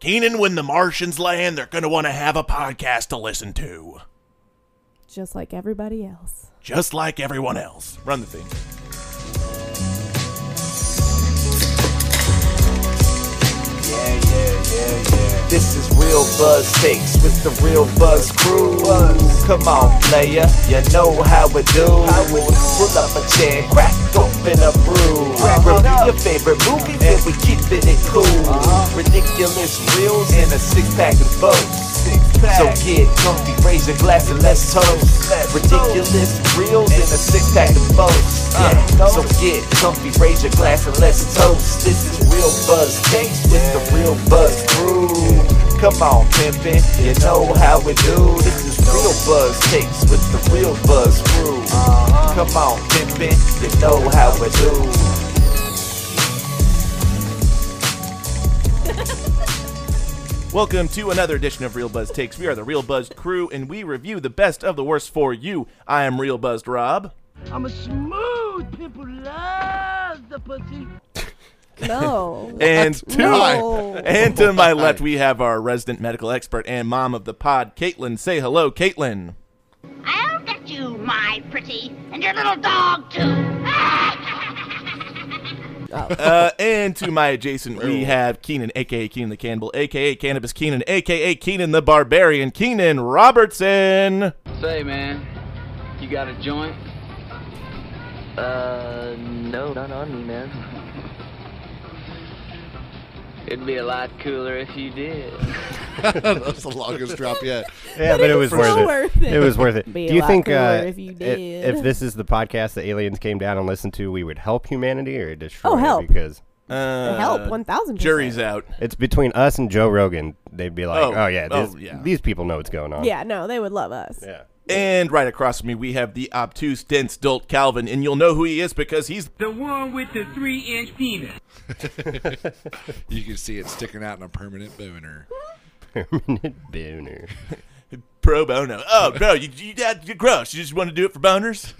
Keenan, when the Martians land, they're going to want to have a podcast to listen to, just like everybody else. just like everyone else. Run the thing. This is real buzz takes with the real buzz crew. Come on, player, you know how we do. Pull up a chair, crack open a brew. Review your favorite movies and we keeping it cool. Ridiculous reels and a six pack of folks. So get comfy, raise a glass and let's toast. Ridiculous reels and a six pack of folks. So get comfy, raise your glass and let's toast. This is real buzz takes with the real buzz crew. Come on, pimpin', you know how we do. This is real buzz takes with the real buzz crew. Come on, pimpin', you know how we do. Welcome to another edition of Real Buzz Takes. We are the Real Buzzed crew, and we review the best of the worst for you. I am Real Buzzed Rob. I'm a smooth pimple loves the pussy. No. And to, No. and to my left, we have our resident medical expert and mom of the pod, Caitlin. Say hello, Caitlin. I'll get you, my pretty, and your little dog, too. Uh, and to my adjacent, we have Keenan, aka Keenan the Cannibal, aka Cannabis Keenan, aka Keenan the Barbarian, Keenan Robertson. Say, man, you got a joint? Uh, no, not on me, man. It'd be a lot cooler if you did. that was the longest drop yet. Yeah, but, it was worth so it. worth it. It was worth it. Be a Do you lot think cooler uh, if you i- did. if this is the podcast that aliens came down and listened to, we would help humanity or destroy Oh, it? help. Because Uh, help one thousand. Jury's out. it's between us and Joe Rogan. They'd be like, Oh, "Oh, yeah, oh, these, yeah. these people know what's going on." Yeah, no, they would love us. yeah. And right across from me, we have the obtuse, dense, dolt Calvin, and you'll know who he is because he's The one with the three inch penis. You can see it sticking out in a permanent booner. Permanent boner. pro bono. Oh, no, you, you, that- you're gross. You just want to do it for boners?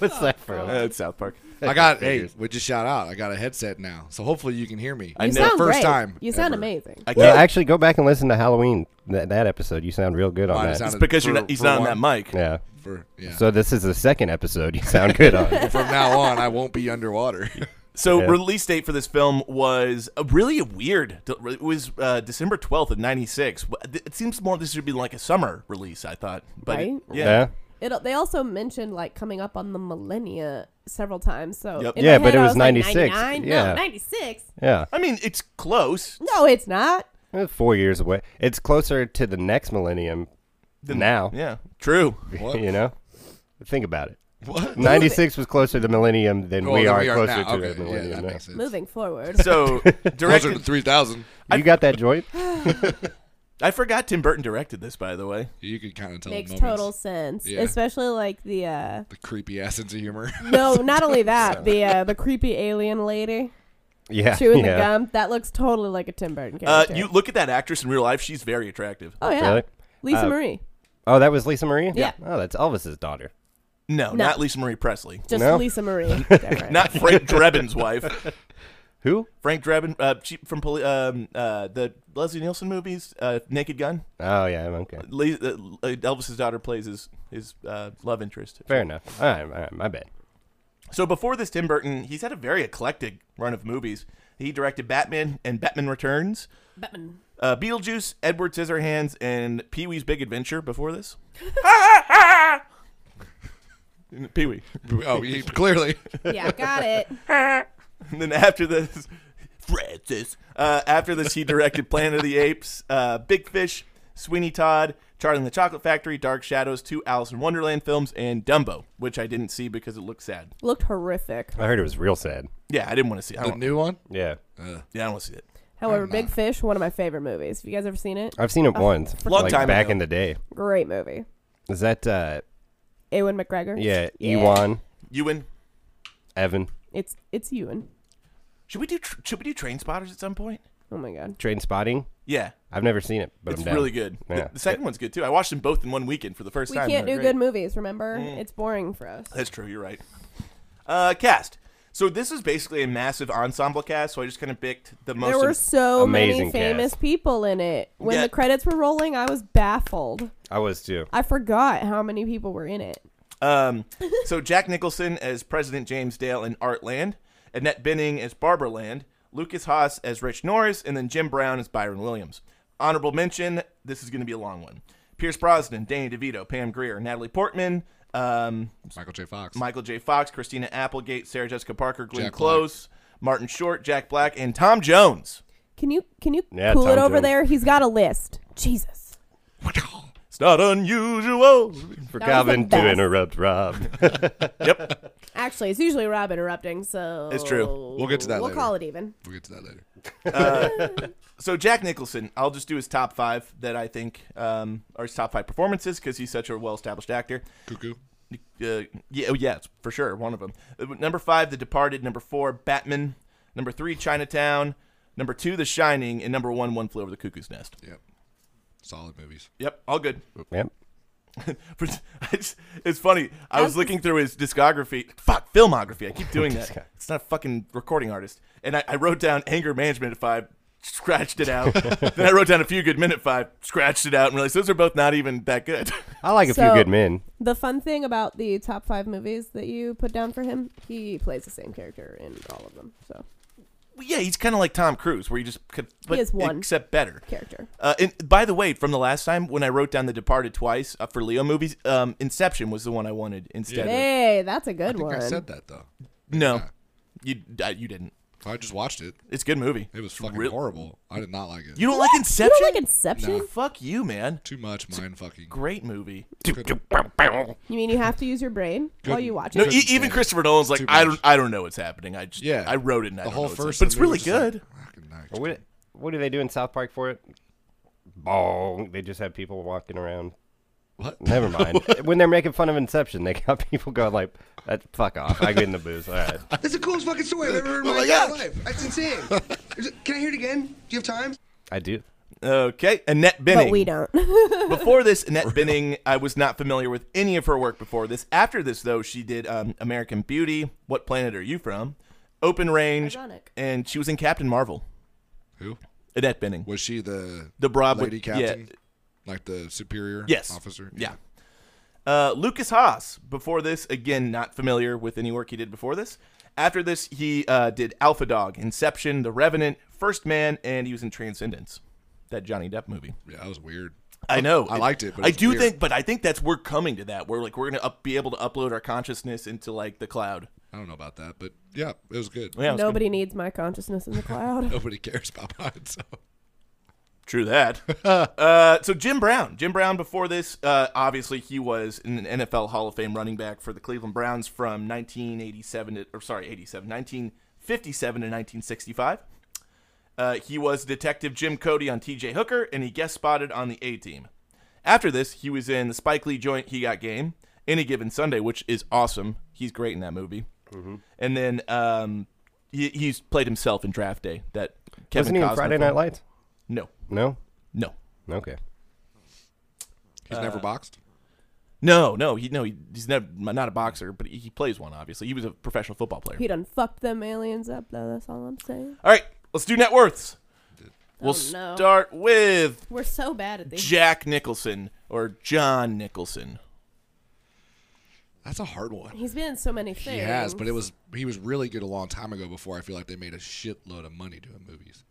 What's that from? Uh, it's South Park. I got hey, Figures. we just shout out. I got a headset now, so hopefully you can hear me. I You know. sound First great. time You sound ever. amazing. I Well, can't- actually, go back and listen to Halloween. That, that episode, you sound real good on Mine that. sounded- it's because you're for- not, he's for not on one- that mic. yeah. For yeah. So this is the second episode. You sound good on. From now on, I won't be underwater. So Yeah. release date for this film was uh, really weird. It was uh, December 12th of 96. It seems more this should be like a summer release, I thought. But it- Right? yeah. yeah. It, they also mentioned like coming up on the millennia several times. So Yep. in my Yeah, but head, it I was was like, 96. 99? Yeah. no, ninety six. Yeah. I mean, it's close. No, it's not. It's Four years away. It's closer to the next millennium. now. Yeah. True. What? you know, think about it. What? Ninety six was closer to the millennium than Well, we then are closer now. to Okay, the yeah, millennium. that now. makes sense. Moving forward. So Closer to directed three thousand. You got that joint? I forgot Tim Burton directed this by the way. You could kind of tell. Makes the moments. total sense, Yeah. especially like the uh The creepy ass sense of humor. no, not only that the uh the creepy alien lady Yeah. chewing yeah. the gum that looks totally like a Tim Burton Uh, character. you look at that actress in real life, she's very attractive. oh yeah, Really? Lisa Uh, Marie, Oh, that was Lisa Marie. Yeah. Oh, that's Elvis's daughter. No, No. not Lisa Marie Presley. just no. Lisa Marie, Different. Not Frank Drebin's wife. Who? Frank Drebin, uh, she, from poli- um, uh, the Leslie Nielsen movies, uh, Naked Gun. Oh yeah. Okay. Le- uh, Elvis's daughter plays his his uh, love interest. Fair enough. All right. All right. My bad. So before this, Tim Burton, he's had a very eclectic run of movies. He directed Batman and Batman Returns, Batman. uh, Beetlejuice, Edward Scissorhands, and Pee Wee's Big Adventure. Before this, Pee Wee. oh, you, clearly. yeah, got it. And then after this, Francis. Uh, after this, he directed Planet of the Apes, uh, Big Fish, Sweeney Todd, Charlie and the Chocolate Factory, Dark Shadows, two Alice in Wonderland films, and Dumbo, which I didn't see because it looked sad. Looked horrific. I heard it was real sad. Yeah, I didn't want to see. I The don't, new one? Yeah, yeah, I don't want to see it. However, Big Fish, one of my favorite movies. Have you guys ever seen it? I've seen it once, Long like time back ago. in the day. Great movie. Is that uh, Ewan McGregor. yeah, Ewan Ewan, Evan It's it's Ewan. should we do tr- should we do Train Spotters at some point? Oh my god. Train Spotting? Yeah, I've never seen it, but it's I'm down. really good. The- Yeah. The, second one's good too. I watched them both in one weekend for the first We time. can't They do were great. good movies, remember? It's boring for us. That's true. You're right. Uh, cast. So this is basically a massive ensemble cast. So I just kind of picked the most. There were so many amazing famous cast. people in it. When Yeah. the credits were rolling, I was baffled. I was too. I forgot how many people were in it. Um, so Jack Nicholson as President James Dale in Artland, Annette Benning as Barbara Land, Lucas Haas as Rich Norris, and then Jim Brown as Byron Williams. Honorable mention. This is going to be a long one. Pierce Brosnan, Danny DeVito, Pam Grier, Natalie Portman, um, Michael J. Fox. Michael J. Fox, Christina Applegate, Sarah Jessica Parker, Glenn Jack Black. Close, Martin Short, Jack Black, and Tom Jones. Can you can you Yeah, cool it Tom over Jones. there? He's got a list. Jesus. It's not unusual. For That was the Calvin to best. interrupt Rob. yep. Actually, it's usually Rob interrupting, so It's true. We'll get to that We'll later. call it even. We'll get to that later. So Jack Nicholson, I'll just do his top five that I think um, are his top five performances because he's such a well-established actor. Cuckoo. Uh, yeah, oh, yeah, it's for sure, one of them. Uh, Number five, The Departed. Number four, Batman. Number three, Chinatown. Number two, The Shining, and number one, One Flew Over the Cuckoo's Nest. Yep. Solid movies. Yep, all good. yep. it's, it's funny. I was looking through his discography. Fuck, filmography. I keep doing that. It's not a fucking recording artist. And I, I wrote down anger management at five, scratched it out. then I wrote down a few good men at five, scratched it out, and realized those are both not even that good. I like a So- few good men. The fun thing about the top five movies that you put down for him, he plays the same character in all of them. So Well, yeah, he's kind of like Tom Cruise, where you just could, but, is one. except better. character. Uh, and by the way, from the last time when I wrote down The Departed twice uh, for Leo movies, um, Inception was the one I wanted instead. of... Hey, that's a good I think one. I said that though. No, you uh, you didn't. I just watched it. It's a good movie. It was fucking Real- horrible. I did not like it. You don't like You Inception? don't like Inception? Fuck you, man. Too much mind fucking. Great movie. You mean you have to use your brain while you watch it? No, Couldn't e- stand even it. Christopher Nolan's like, Too I much. don't, I don't know what's happening. I just, Yeah. I wrote it. And I The don't whole know what's happening." first. but it's of the really movie was good. just like, fucking nice. What, what do they do in South Park for it? Bong. They just have people walking around. What? Never mind. when they're making fun of Inception, they got people going like, "That fuck off." I get in the booth. All right. That's the coolest fucking story I've ever heard in Oh my my entire God. life. That's insane. Is it- Can I hear it again? Do you have time? I do. Okay, Annette Benning. But we don't. Before this, Annette Benning, I was not familiar with any of her work before this. After this, though, she did um, American Beauty, What Planet Are You From, Open Range, Ironic. and she was in Captain Marvel. Who? Annette Benning, Was she the the Broad lady yeah, captain? Like the superior Yes. officer? Yeah. Uh, Lucas Haas, before this, again, not familiar with any work he did before this. After this, he uh, did Alpha Dog, Inception, The Revenant, First Man, and he was in Transcendence, that Johnny Depp movie. Yeah, that was weird. I know. I liked it, but I it's do weird. think, but I think that's we're coming to that. We're like, we're going to up, be able to upload our consciousness into like the cloud. I don't know about that, but yeah, it was good. Yeah, it's good. Nobody needs my consciousness in the cloud. Nobody cares about mine, so True that. uh, so Jim Brown, Jim Brown. Before this, uh, obviously he was an NFL Hall of Fame running back for the Cleveland Browns from 1987 to, or sorry, 87, 1957 to 1965. Uh, he was Detective Jim Cody on T.J. Hooker, and he guest spotted on the A Team. After this, he was in the Spike Lee joint He Got Game, Any Given Sunday, which is awesome. He's great in that movie. Mm-hmm. And then um, he, he's played himself in Draft Day. That Kevin Wasn't he in Costner Friday film. Night Lights? No, No. no. Okay. he's Uh, never boxed. No, no, he no, he, he's never not a boxer, but he, he plays one. Obviously, he was a professional football player. he done fucked them aliens up, though. That's all I'm saying. All right, let's do net worths. We'll Oh, no. start with We're so bad at these. Jack Nicholson or John Nicholson. That's a hard one. He's been in so many things. He has, but it was he was really good a long time ago before I feel like they made a shitload of money doing movies.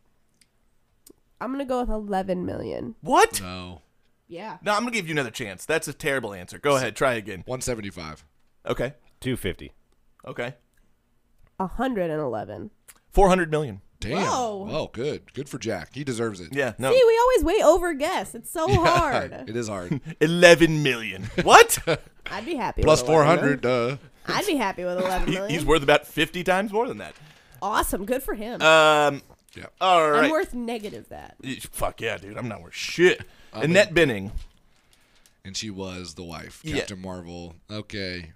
I'm gonna go with 11 million. What? No. No, Yeah. I'm gonna give you another chance. That's a terrible answer. Go ahead, try again. one seventy five. Okay, Two fifty. okay. 111. Four hundred million. Damn. Whoa. Oh, good. Good for Jack. He deserves it. Yeah, no. See, we always way over guess. It's so hard. Um, It is hard. Eleven million. What? I'd be happy. Plus with 11 four million. hundred. Uh, I'd be happy with 11 He- million. he's worth about fifty times more than that. awesome. Good for Uh, him. Um, Yep. all I'm right. worth negative that. Y- Fuck yeah, dude. I'm not worth shit. Annette Benning. and she was the wife, Yeah. Captain Marvel. Okay,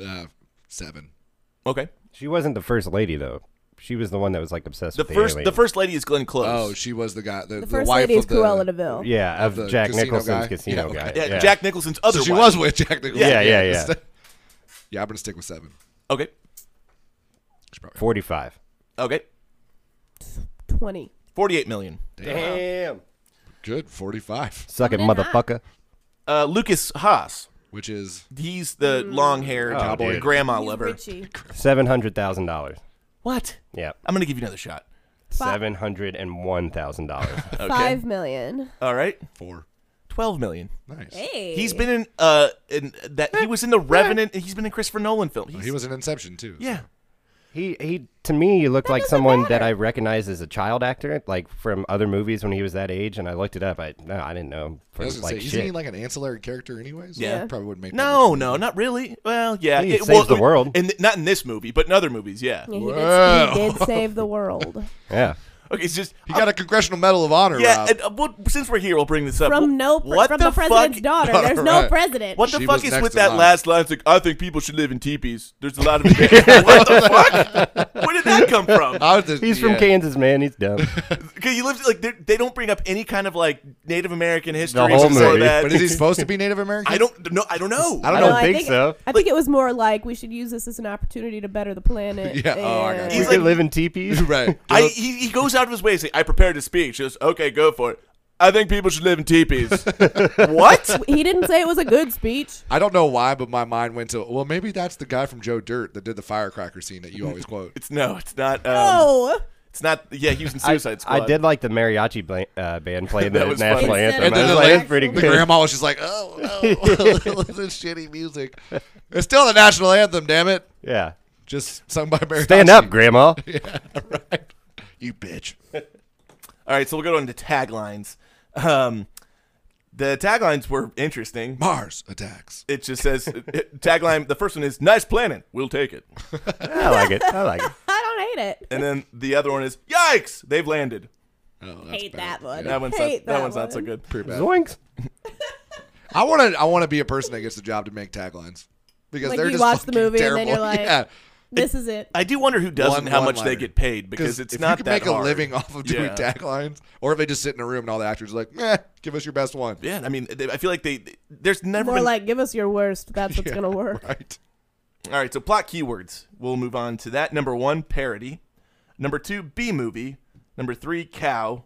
uh, seven. Okay. She wasn't the first lady though. She was the one that was like obsessed The with the first alien. the first lady is Glenn Close. Oh, she was the guy, the, The the, first wife lady is of the. Cruella Deville. yeah, of the Jack casino Nicholson's guy? casino Yeah, guy. okay. yeah, Yeah. Jack Nicholson's other So she wife. was with Jack Nicholson. Yeah, yeah, yeah. yeah, I'm gonna stick with seven. Okay. She probably- Forty-five. Okay. 20. 48 million. Damn. Good, forty-five, Suck it, motherfucker. Uh, Lucas Haas. which is He's the long haired cowboy dude. grandma Mm. He's lover. Richie. Seven hundred thousand dollars. What? Yeah. I'm going to give you another shot. Seven hundred and one thousand dollars. Five million. Uh, All right. four. 12 million. Nice. Hey. He's been in uh in that he was in the Revenant. He's been in Christopher Nolan film. He's, He was in Inception too. yeah. He he to me he looked like doesn't someone that matter. I recognized as a child actor, like from other movies when he was that age, and I looked it up. I no, I didn't know him I for was gonna like say, isn't he shit. like an ancillary character anyways? Yeah. probably wouldn't make. that No, much- no, not really. Well, yeah, He saves the world. and not in this movie, but in other movies, yeah. Yeah, he, did, he did save the world. yeah. Okay, it's just He got a Congressional Medal of Honor. yeah. Rob. And, uh, we'll, since we're here, we'll bring this up. From no pre- what from the, the, president's fuck, daughter. All There's no right. president. What the She fuck was is next with in that line. last line? It's like, I think people should live in teepees. There's a lot of what the fuck? Where did that come from? I was just- He's from yeah. Kansas, man. He's dumb. Because you lived like they they don't bring up any kind of like Native American history whole before movie. that. But is he supposed to be Native American? I don't know. I don't know. I I don't, don't No, think, so. I think it was more like we should use this as an opportunity to better the planet. Yeah, oh, I and- got you. We He's could like- live in teepees. right. I, he, he goes out of his way to say, I prepared a speech. He goes, okay, go for it. I think people should live in teepees. what? he didn't say it was a good speech. I don't know why, but my mind went to well, maybe that's the guy from Joe Dirt that did the firecracker scene that you always quote. It's no, it's not. Um, Oh, It's not. Yeah, he was in I, Suicide Squad. I did like the mariachi bla- uh, band playing the That was national funny. anthem. And I then the was like, la- that's pretty the good. grandma was just like, "Oh no, this is shitty music." It's still the national anthem, damn it! yeah. Just sung by Mary. Stand Hopkins. up, grandma. you bitch. All right, so we'll go on to taglines. Um, the taglines were interesting. Mars attacks. Oh, It just says tagline. The first one is "Nice planning, we'll take it," I like it. I like it. I don't hate it. and then the other one is "Yikes, they've landed." Oh, that's hate bad. that one. That one's not, that, hate that one's not so one. good. Pretty bad. Zoinks. I want to. I want to be a person that gets the job to make taglines because Like they're you just watch the fucking movie and terrible. then you're like- yeah. This is it. I do wonder who doesn't One- how much they one-liner. get paid because it's if not you can that make hard. a living off of doing Yeah. taglines, or if they just sit in a room and all the actors are like, "Eh, give us your best one." Yeah, I mean, they- I feel like they. they- There's never More been like give us your worst. That's what's gonna work. Right. All right, so plot keywords. We'll move on to that. Number one, parody. Number two, B movie. Number three, cow.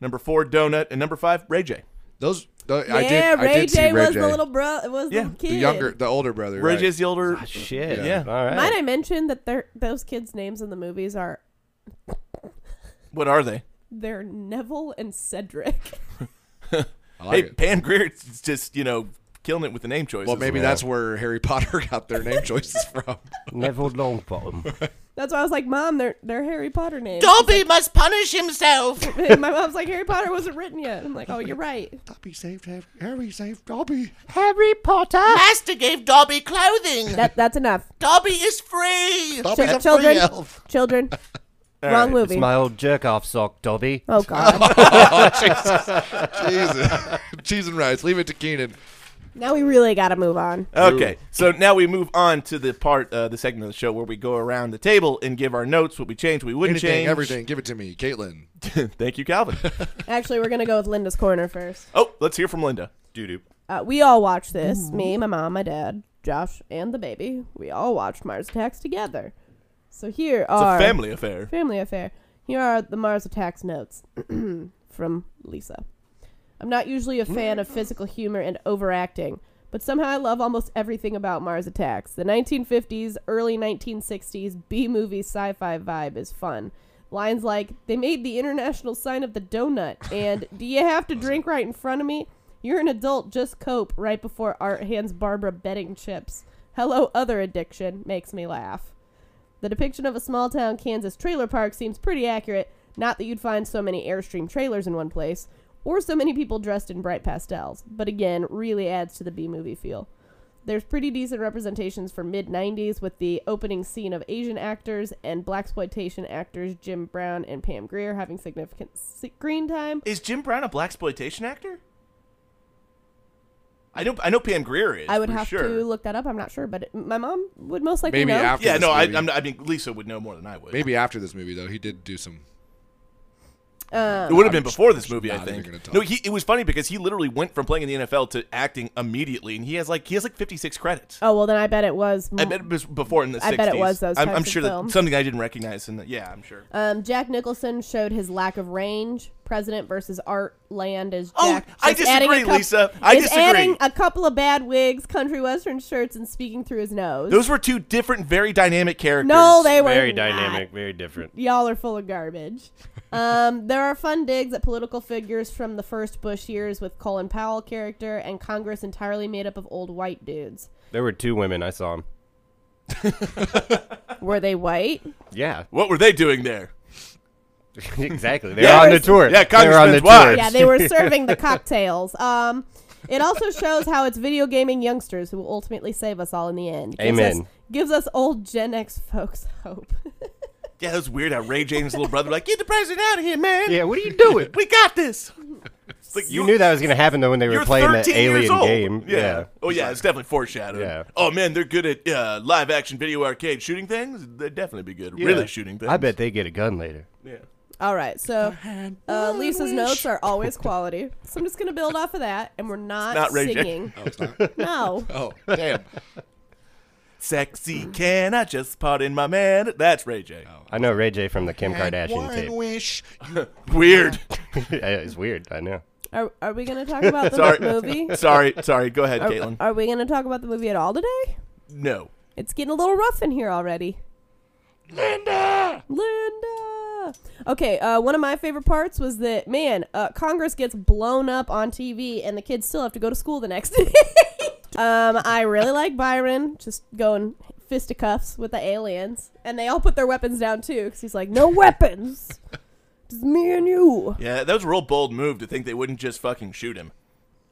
Number four, donut. And number five, Ray J. Those. th- I Yeah, did. Ray I did J see Ray was J. the little bro. Was Yeah, the the kid. the younger, the older brother. Ray right. J's the older. Shit. Yeah. All right. Might I mention that they're- those kids' names in the movies are What are they? they're Neville and Cedric. I like hey, it. Pam Greer's just you know killing it with the name choices. Well, maybe that's where Harry Potter got their name choices from. Neville Longbottom. That's why I was like, Mom, they're they're Harry Potter names. Dobby must punish himself. And my mom's like, Harry Potter wasn't written yet. I'm like, Oh, you're right. Dobby saved Harry. Harry saved Dobby. Harry Potter. Master gave Dobby clothing. That that's enough. Dobby is free. Dobby's Ch- a children, free elf. children. All right. Wrong movie. My old jerk off sock, Dobby. oh God. Jesus. Cheese and rice. Leave it to Keenan. now we really got to move on. Okay, so now we move on to the part, uh, the segment of the show where we go around the table and give our notes, what we changed, what we wouldn't Anything, change. everything. Give it to me, Caitlin. Thank you, Calvin. Actually, we're gonna go with Linda's corner first. oh, let's hear from Linda. Doo doo. Uh, we all watched this. Me, my mom, my dad, Josh, and the baby. We all watched Mars Attacks together. So here It's are a family affair. Family affair. Here are the Mars Attacks notes from Lisa. I'm not usually a fan of physical humor and overacting, but somehow I love almost everything about Mars Attacks. The 1950s, early 1960s B movie sci fi vibe is fun. Lines like, they made the international sign of the donut, and do you have to drink right in front of me? You're an adult, just cope, right before Art hands Barbara betting chips. Hello, other addiction, makes me laugh. The depiction of a small town Kansas trailer park seems pretty accurate, not that you'd find so many Airstream trailers in one place, or so many people dressed in bright pastels, but again, really adds to the B movie feel. There's pretty decent representations for mid 90s with the opening scene of Asian actors and blaxploitation actors Jim Brown and Pam Grier having significant screen time. Is Jim Brown a black exploitation actor? I know I know Pam Grier is. I would for have sure. to look that up. I'm not sure, but it, my mom would most likely Maybe know. after Yeah, this no, I, movie. I'm, not- I mean Lisa would know more than I would. Maybe after this movie, though, he did do some. Um, It would have been I'm just- before I'm this just movie, I not even think. gonna talk. No, he, it was funny because he literally went from playing in the NFL to acting immediately, and he has like he has like 56 credits. oh well, then I bet it was. I bet it was before in the 60s. Oh. I bet it was those I'm, types I'm of sure that films. something I didn't recognize. And yeah, I'm sure. Um, Jack Nicholson showed his lack of range. President versus Art Land as Oh, Jack. I just adding disagree, a coup- Lisa. I is disagree. adding a couple of bad wigs, country western shirts, and speaking through his nose. Those were two different, very dynamic characters. no, they were Very not. dynamic, very different. Y'all are full of garbage. um, there are fun digs at political figures from the first Bush years with Colin Powell character and Congress entirely made up of old white dudes. There were two women I saw. 'em. Were they white? Yeah, What were they doing there? exactly. They were on the tour. Yeah, they were on the Congressman's wives. tour. Yeah, they were serving the cocktails. Um, it also shows how it's video gaming youngsters who will ultimately save us all in the end. Gives us, Amen. gives us old Gen X folks hope. Yeah, that was weird how Ray James' little brother like, get the president out of here, man. Yeah, what are you doing? We got this. It's like, You knew that was gonna happen though when they were You're playing 13 that years alien old. game. Yeah. Oh yeah, it's definitely foreshadowed. Yeah. Oh man, they're good at uh, live action video arcade shooting things. They'd definitely be good. at Really shooting things. I bet they get a gun later. Yeah. all right, so uh, Lisa's notes are always quality. So I'm just going to build off of that, and we're not, not Ray J. singing. No. Oh, damn. Sexy, can I just pardon my man? That's Ray J. I know Ray J from the Kim Kardashian One tape. wish. Weird. Yeah, it's weird. I know. Are, are we going to talk about the Sorry. movie? sorry, sorry. Go ahead, Caitlin. Are we going to talk about the movie at all today? no. It's getting a little rough in here already. Linda! Okay, uh, one of my favorite parts was that, man, uh, Congress gets blown up on TV and the kids still have to go to school the next day. um, I really like Byron just going fisticuffs with the aliens. And they all put their weapons down too because he's like, no weapons! Just me and you. Yeah, that was a real bold move to think they wouldn't just fucking shoot him.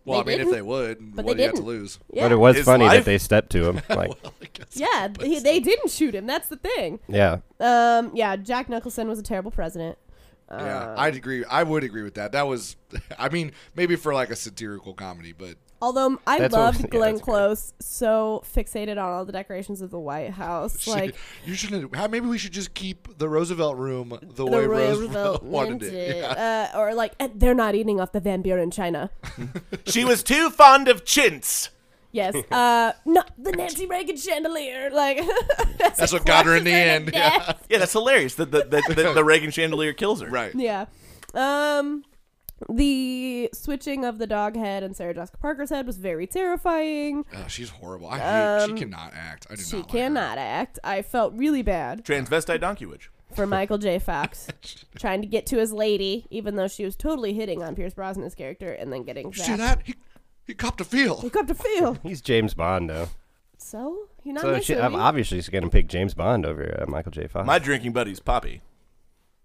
Well, I They mean, didn't, if they would, but they what do you have to didn't. lose? Yeah, But it was His funny life- that they stepped to him. Like, yeah he, they didn't shoot him. That's the thing. yeah, Um, yeah, Jack Nicholson was a terrible president. Uh, yeah, I'd agree. I would agree with that. That was, I mean, maybe for like a satirical comedy, but Although m- I That's what- loved yeah, Glenn that's great. Close, so fixated on all the decorations of the White House, like you shouldn't. how- Maybe we should just keep the Roosevelt room the, the way Roosevelt Roosevelt wanted meant it. it. Yeah. uh, or like "Eh, they're not eating off the Van Buren china. She was too fond of chintz. Yes, uh, not the Nancy Reagan chandelier. Like That's what got her in the end. Yeah. yeah. Yeah, that's hilarious. The the, the, the, the Reagan chandelier kills her. Right. yeah. Um, the switching of the dog head and Sarah Jessica Parker's head was very terrifying. Oh, she's horrible. I hate. she cannot act. I do Um, She not. like her. cannot act. I felt really bad Transvestite donkey witch. for Michael J. Fox trying to get to his lady, even though she was totally hitting on Pierce Brosnan's character and then getting See zapped. that? He, he copped a feel. Look up to feel. he's James Bond though. So you're not So she, missing I'm obviously she's gonna pick James Bond over uh, Michael J. Fox. My drinking buddy's Poppy,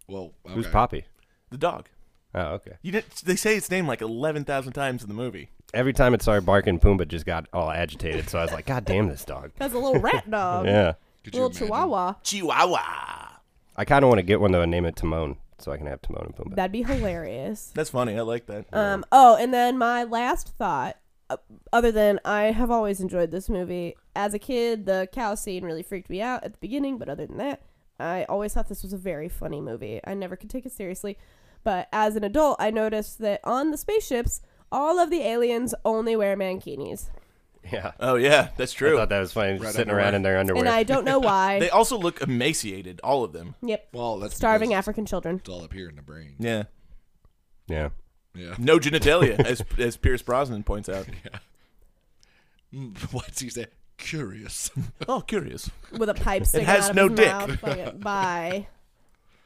Well, okay. Who's Poppy? the dog. Oh, okay. You didn't, they say its name like eleven thousand times in the movie. Every time it started barking, Pumbaa just got all agitated. So I was like, God damn this dog. That's a little rat dog, Yeah. Could you little imagine? chihuahua. Chihuahua. I kind of want to get one though and name it Timon, so I can have Timon and Pumbaa. That'd be hilarious. That's funny. I like that. Um. Oh, and then my last thought, uh, other than I have always enjoyed this movie. As a kid, the cow scene really freaked me out at the beginning, but other than that, I always thought this was a very funny movie. I never could take it seriously, but as an adult, I noticed that on the spaceships, all of the aliens only wear mankinis, yeah. oh yeah, that's I true. thought that was funny, just sitting underwear. around in their underwear. and I don't know why. They also look emaciated, all of them. yep. Well, that's Starving because African children. It's all up here in the brain. Yeah. yeah. Yeah. No genitalia, as as Pierce Brosnan points out. Mm, What's he say? Curious. Oh, curious. with a pipe sticking has out of no his dick. mouth. Fucking- Bye.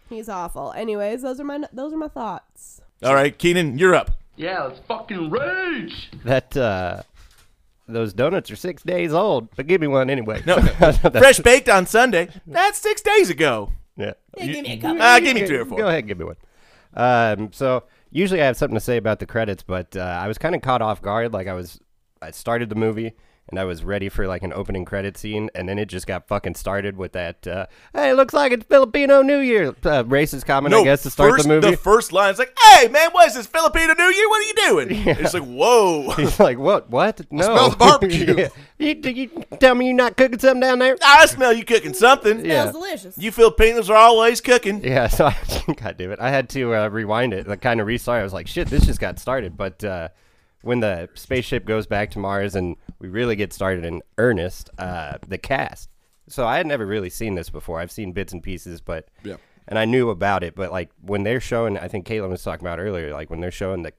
He's awful. Anyways, those are my those are my thoughts. All right, Keenan, you're up. Yeah, let's fucking rage! That uh, those donuts are six days old, but give me one anyway. No, fresh baked on Sunday. That's six days ago. Yeah. give me a couple. Uh, give me three or four. Go ahead, give me one. Um, so usually I have something to say about the credits, but uh, I was kind of caught off guard. Like I was, I started the movie and I was ready for like an opening credit scene, and then it just got fucking started with that. Uh, hey, looks like it's Filipino New Year uh, racist comment, I guess, to start Oh, first, the movie. first line is like, "Hey, man, what is this Filipino New Year? What are you doing?" It's like, "Whoa." He's like, what? What? No. smell the barbecue. Yeah. you, do you tell me you're not cooking something down there? I smell you cooking something. Yeah. Smells delicious. You Filipinos are always cooking. Yeah, so I, God damn it, I had to uh, rewind it, like kind of restart. I was like, shit, this just got started. But uh, when the spaceship goes back to Mars and we really get started in earnest, uh, the cast. So I had never really seen this before. I've seen bits and pieces, but Yeah. and I knew about it. But like when they're showing, I think Caitlin was talking about earlier, like when they're showing the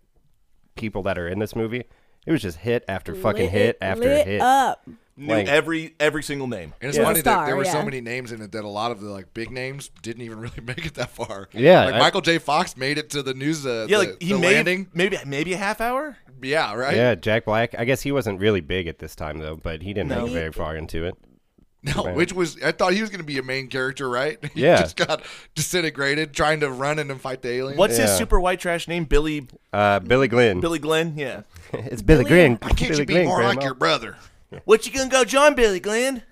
people that are in this movie, it was just hit after fucking Lit- hit after lit hit. up. Knew Like- every every single name. And it's Yeah. funny that Star, there were so yeah. many names in it that a lot of the like big names didn't even really make it that far. Yeah, like I- Michael J. Fox made it to the news. Uh, Yeah, the, like he the made landing. maybe maybe a half hour. Yeah, right. Yeah, Jack Black. I guess he wasn't really big at this time though, but he didn't No. make it very far into it. No, Right. which was I thought he was going to be a main character, right? He Yeah. just got disintegrated trying to run in and fight the aliens. What's his Yeah. super white trash name? Billy Uh, Billy Glenn. Billy Glenn. Yeah. it's Billy, Glenn. Why can't you be more like your brother? What you gonna go, John Billy Glenn?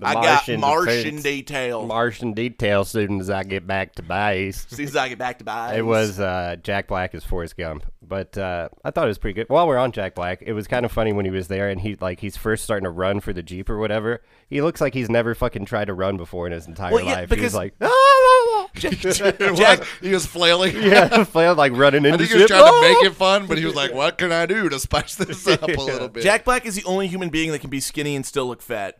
The I got Martian Martian defense. detail. Martian detail as soon as I get back to base. Seems like I get back to buy. It was uh, Jack Black as Forrest Gump, but uh, I thought it was pretty good. While we're on Jack Black, it was kind of funny when he was there and he like he's first starting to run for the jeep or whatever. He looks like he's never fucking tried to run before in his entire Well, yeah, life. he because- was like, ah, Jack, he was flailing. yeah, flailed, like running I into think he shit. was trying to make Ah! it fun, but he was like, "What can I do to spice this up a little bit?" Jack Black is the only human being that can be skinny and still look fat.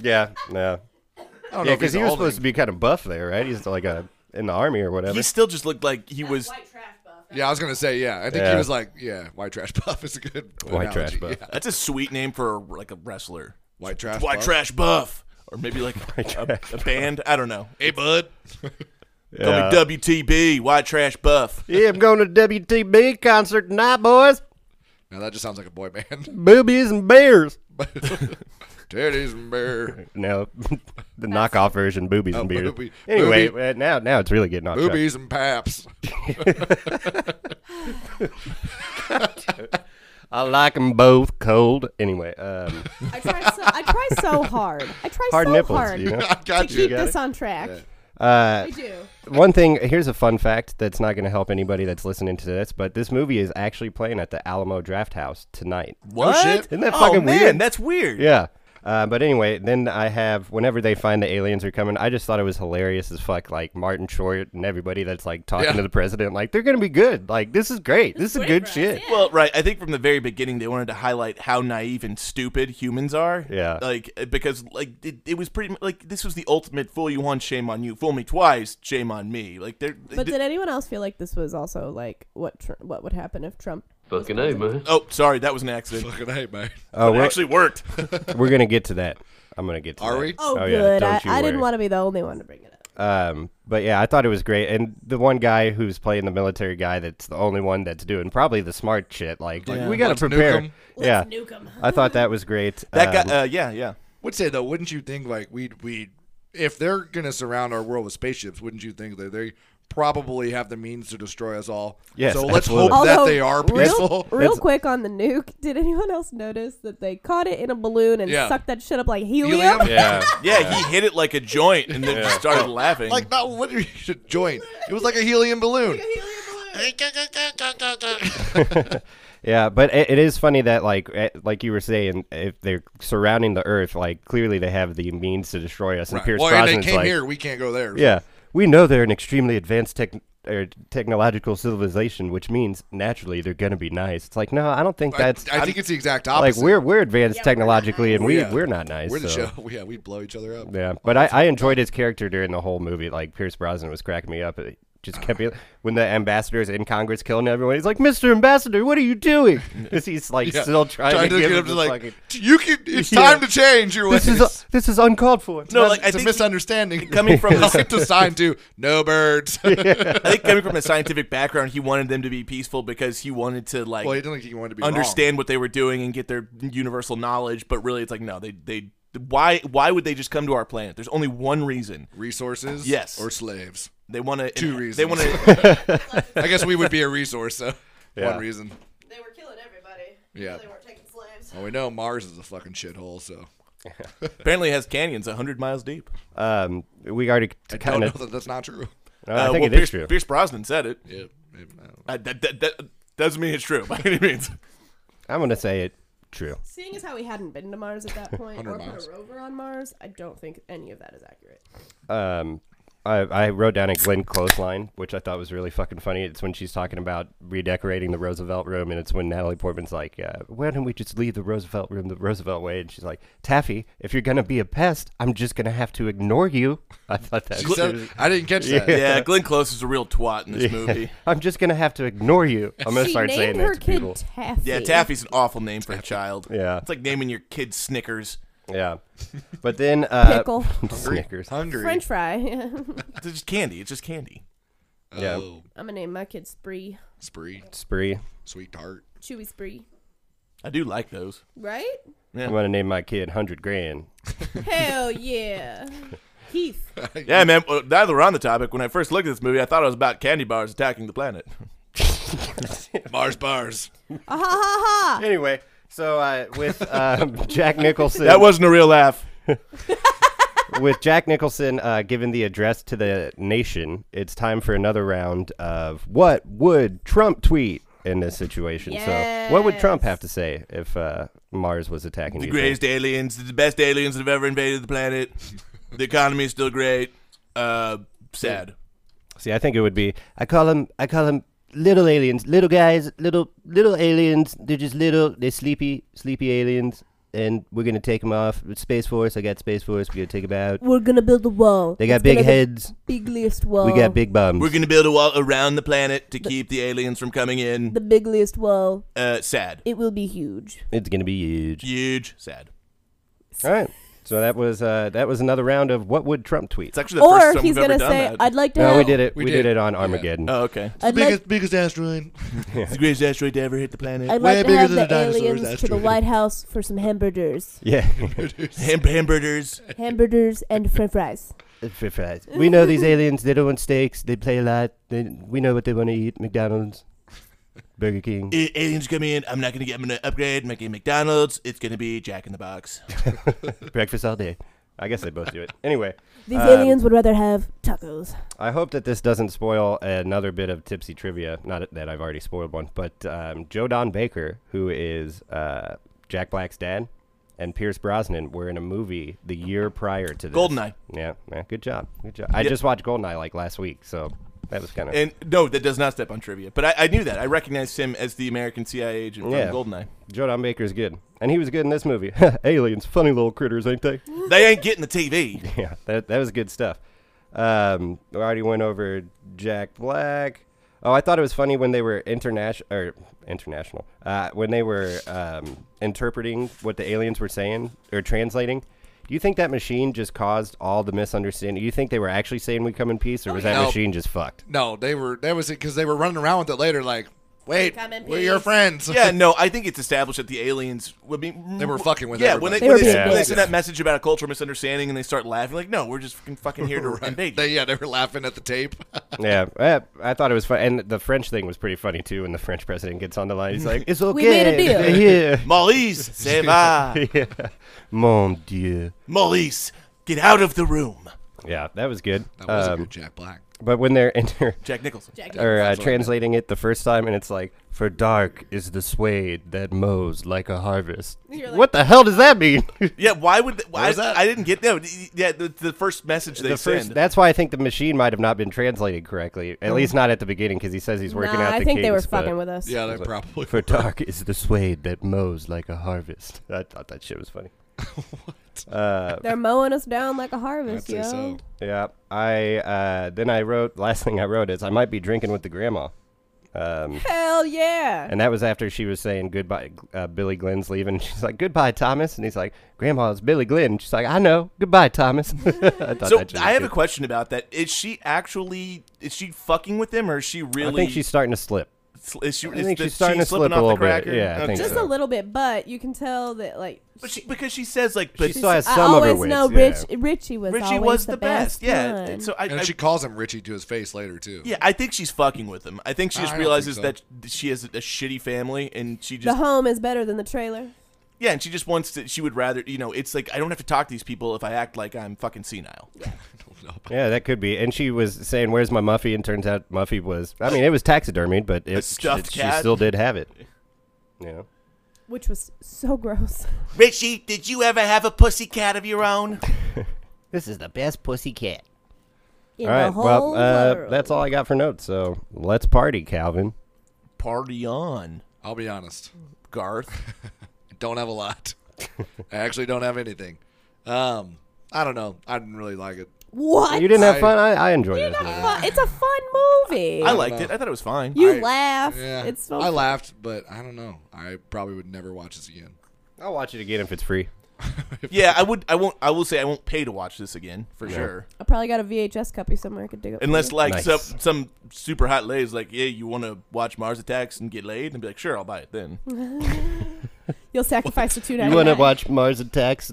Yeah, yeah, I don't know yeah. if Because he's he was old supposed to be kind of buff there, right? He's like a in the army or whatever. He still just looked like he was. Yeah, I was gonna say yeah. I think he Yeah. was like yeah. White trash buff is a good White trash analogy, buff. yeah. That's a sweet name for like a wrestler. White trash. White buff. trash buff, or maybe like a, a band. I don't know. Hey bud. Call Yeah. me WTB, white trash buff. yeah, I'm going to WTB concert tonight, boys. now that just sounds like a boy band. Boobies and beers. Teddy's and bear. No, the knockoff version, boobies and beers. Oh, booby- anyway, booby- uh, now now it's really getting on. track. Boobies and paps. I like them both cold. Anyway, um, I try so, I try so hard. I try hard so nipples. hard You know. I to got you. keep this on track. Uh, I do. one thing. Here's a fun fact that's not going to help anybody that's listening to this, but this movie is actually playing at the Alamo Draft House tonight. What? shit. Isn't that Oh, fucking man, weird? That's weird. Yeah. Uh, but anyway, then I have whenever they find the aliens are coming, I just thought it was hilarious as fuck. Like Martin Short and everybody that's like talking Yeah. to the president, like they're gonna be good. Like this is great. This, is good shit. Well, right. I think from the very beginning they wanted to highlight how naive and stupid humans are. Yeah. Like eh, because like it, it was pretty mu- like this was the ultimate fool you once, shame on you. Fool me twice, shame on me. Like they're. But did anyone else feel like this was also like what tr- what would happen if Trump? Fucking A, man. oh, sorry, that was an accident. Fucking hey, man. Oh, it we're, actually worked. we're gonna get to that. I'm gonna get to Are that. we? Oh, Oh, yeah, good. don't you I, I worry. didn't want to be the only one to bring it up. Um, but yeah, I thought it was great. And the one guy who's playing the military guy that's the only one that's doing probably the smart shit. Like, Like, we gotta let's nuke prepare. 'em. yeah, Nuke 'em. I thought that was great. That Um, guy. Uh, yeah, yeah. Would say though, wouldn't you think like we we if they're gonna surround our world with spaceships, wouldn't you think that they probably have the means to destroy us all? Yes, So let's absolutely. hope that Although, they are Real, peaceful. real quick on the nuke. Did anyone else notice that they caught it in a balloon and Yeah. sucked that shit up like helium? Helium? yeah, Yeah, he hit it like a joint and then just started laughing. Like not what you should join. It was like a helium balloon. yeah. But it, it is funny that like eh, like you were saying, if they're surrounding the Earth, like clearly they have the means to destroy us. And Right. Pierce Well, and they Brosnan's came like, here. We can't go there. yeah, we know they're an extremely advanced tech. Or technological civilization, which means naturally they're gonna be nice. It's like, no, I don't think I, that's. I think it's the exact like opposite. Oh, we're we're advanced technologically and we Yeah. we're not nice. We're the so- show. Yeah, we blow each other up. Yeah, but I, I enjoyed his character during the whole movie. Like Pierce Brosnan was cracking me up. It just kept me, when the ambassador's in Congress killing everyone. He's like, "Mr. Ambassador, what are you doing?" 'Cause he's like Yeah. still trying, to, give get him him to the like fucking, you can. It's Yeah. time to change your ways. this is this is uncalled for. no, like I it's a think misunderstanding. coming from I'll this- get to sign to no birds. I think coming from a scientific background, he wanted them to be peaceful because he wanted to like Well, he didn't think he wanted to be wrong. understand what they were doing and get their universal knowledge. But really, it's like no, they they why why would they just come to our planet? There's only one reason resources. Yes. or slaves. they want to. Two reasons. They want to. I guess we would be a resource. So Yeah. one reason. They were killing everybody. Yeah. weren't taking slaves. Well, we know Mars is a fucking shithole, so Apparently, it has canyons 100 miles deep. Um, we already I don't kind know of. that that's not true. No, I think Uh, well, it is Pierce, true. Pierce Brosnan said it. Yeah, maybe not. Uh, that, that, that doesn't mean it's true by any means. I'm gonna say it true. Seeing as how we hadn't been to Mars at that point 100 or put miles. a rover on Mars, I don't think any of that is accurate. um, I, I wrote down a Glenn Close line, which I thought was really fucking funny. It's when she's talking about redecorating the Roosevelt room, and it's when Natalie Portman's like, uh, "Why don't we just leave the Roosevelt room the Roosevelt way?" And she's like, "Taffy, if you're gonna be a pest, I'm just gonna have to ignore you." I thought that. She was- said, I didn't catch that. Yeah, Glenn Close is a real twat in this movie. I'm just gonna have to ignore you. I'm gonna she start named saying her that to kid people. Taffy. Yeah, Taffy's an awful name for a child. Yeah. It's like naming your kid Snickers. Yeah, but then uh, Pickle. Snickers. Hungry. French fry. It's just candy. It's just candy. Yeah. Oh, I'm gonna name my kid Spree, spree, Spree. sweet tart. Chewy Spree, I do like those. right? I'm gonna name my kid hundred grand. Hell yeah, Heath. Yeah, man. Well, now that we're on the topic, when I first looked at this movie, I thought it was about candy bars attacking the planet. Mars bars. Ah, ha ha ha. Anyway, so uh, with um, Jack Nicholson, That wasn't a real laugh. with Jack Nicholson uh, giving the address to the nation, it's time for another round of what would Trump tweet in this situation. So, what would Trump Yes. have to say if uh, Mars was attacking The you? greatest aliens, the best aliens that have ever invaded the planet. The economy is still great. Uh, sad. See, I think it would be. I call them. I call them little aliens, little guys, little little aliens. They're just little. They're sleepy, sleepy aliens. And we're gonna take them off. Space Force. I got Space Force. We're gonna take them out. We're gonna build a wall. They got It's big gonna be heads. the Bigliest wall. We got big bums. We're gonna build a wall around the planet to keep the aliens from coming in. The bigliest wall. Uh, sad. It will be huge. it's gonna be huge. Huge. Sad. All right. So that was uh, that was another round of what would Trump tweet? It's actually the first Or time he's we've ever gonna done say, that. "I'd like to No, have." we did it. We, We did. Uh, did. it on Armageddon. Oh, okay. I'd like, biggest, biggest asteroid. It's the greatest asteroid to ever hit the planet. I'd Way like to bigger have than a the dinosaur's aliens to the asteroid. White House for some hamburgers, Yeah. Ham- hamburgers. hamburgers and French fries. For fries. we know these aliens. They don't want steaks. They play a lot. They, we know what they want to eat. McDonald's, Burger King. A- aliens come in. I'm not gonna get. I'm gonna upgrade. I'm not getting McDonald's. It's gonna be Jack in the Box. breakfast all day. I guess they both do it. Anyway, These Um, aliens would rather have tacos. I hope that this doesn't spoil another bit of tipsy trivia. Not that I've already spoiled one, but um, Joe Don Baker, who is uh, Jack Black's dad, and Pierce Brosnan were in a movie the year prior to this. Goldeneye. Yeah, yeah good job. Good job. I Yep. just watched Goldeneye like last week, so that was kind of. And no, that does not step on trivia. But I, I knew that. I recognized him as the American CIA agent from Yeah. Goldeneye. Joe Don Baker's good. And he was good in this movie. Aliens, funny little critters, ain't they? They ain't getting the TV. yeah, that, that was good stuff. Um, we already went over Jack Black. Oh, I thought it was funny when they were international or international uh, when they were um, interpreting what the aliens were saying or translating. Do you think that machine just caused all the misunderstanding? Do you think they were actually saying we come in peace, or was that No. machine just fucked? No, they were. That was it because they were running around with it later. Like, wait, Come in we're your peace. friends. Yeah, no, I think it's established that the aliens. I mean, They were fucking with Yeah, when they, everybody. when They they, were when being they dicks. send that message about a cultural misunderstanding and they start laughing, like, no, we're just fucking, fucking here to invade. They, yeah, they were laughing at the tape. yeah, eh, I, I thought it was fun, and the French thing was pretty funny too. When the French president gets on the line, he's like, "It's okay, made a deal." they're here." Maurice, c'est va. yeah. Mon Dieu. Maurice, get out of the room. Yeah, that was good. That was a Um, good Jack Black. But when they're inter Jack Nicholson. Jack. or uh, translating it the first time, and it's like, "For dark is the suede that mows like a harvest." what the hell does that mean? Yeah, why would they, why, was that? I didn't get that. Yeah, the, the first message they the send. first, that's why I think the machine might have not been translated correctly, at least not at the beginning, because he says he's working Mm. Nah, out. I the think they were kinks, but fucking with us. Yeah, they probably. For dark is the suede that mows like a harvest. I thought that shit was funny. They're mowing us down like a harvest, I'd say yo. so. Yeah, I uh, then I wrote. Last thing I wrote is I might be drinking with the grandma. Hell yeah. And that was after she was saying goodbye. Uh, Billy Glenn's leaving. She's like, "Goodbye, Thomas." And he's like, "Grandma, it's Billy Glenn." And she's like, "I know. Goodbye, Thomas." I thought So that shit was I have a good. question about that. Is she actually is she fucking with him, or is she really? I think she's starting to slip. Is she, I is think the she's starting cheese to slip slipping a off the little bit. cracker? Yeah, I Okay. think Just so. a little bit, but you can tell that like But she, because she says like, but She still has I some of her always wits. know yeah. Rich Richie was Richie always was the, the best. Yeah. one. So I, And I- she calls him Richie to his face later too. yeah, I think she's fucking with him. I think she I just don't realizes think so. that she has a shitty family, and she the just home is better than the trailer. Yeah, and she just wants to. She would rather, you know, it's like I don't have to talk to these people if I act like I'm fucking senile. Yeah, that could be. And she was saying, "Where's my Muffy?" And turns out Muffy was. I mean, it was taxidermied, but it, stuffed she, cat. she still did have it. You know. Which was so gross. Richie, did you ever have a pussy cat of your own? This is the best pussy cat. In all right, the whole well, uh, world. that's all I got for notes. So let's party, Calvin. Party on, I'll be honest. Garth. Don't have a lot. I actually don't have anything. Um, I don't know. I didn't really like it. What? You didn't have I- fun. I, I enjoyed this. It's a movie. fun- it's a fun movie. I liked it. I thought it was fine. You I- laugh. Yeah, It's so I laughed, but I don't know. I probably would never watch this again. I'll watch it again if it's free. yeah, I would. I won't. I will say I won't pay to watch this again for sure. I probably got a VHS copy somewhere I could dig up. Unless like Nice. some some super hot lady's like, yeah, you want to watch Mars Attacks and get laid, and be like, sure, I'll buy it then. Mm-hmm. you'll sacrifice the two You ninety want to nine. watch Mars Attacks?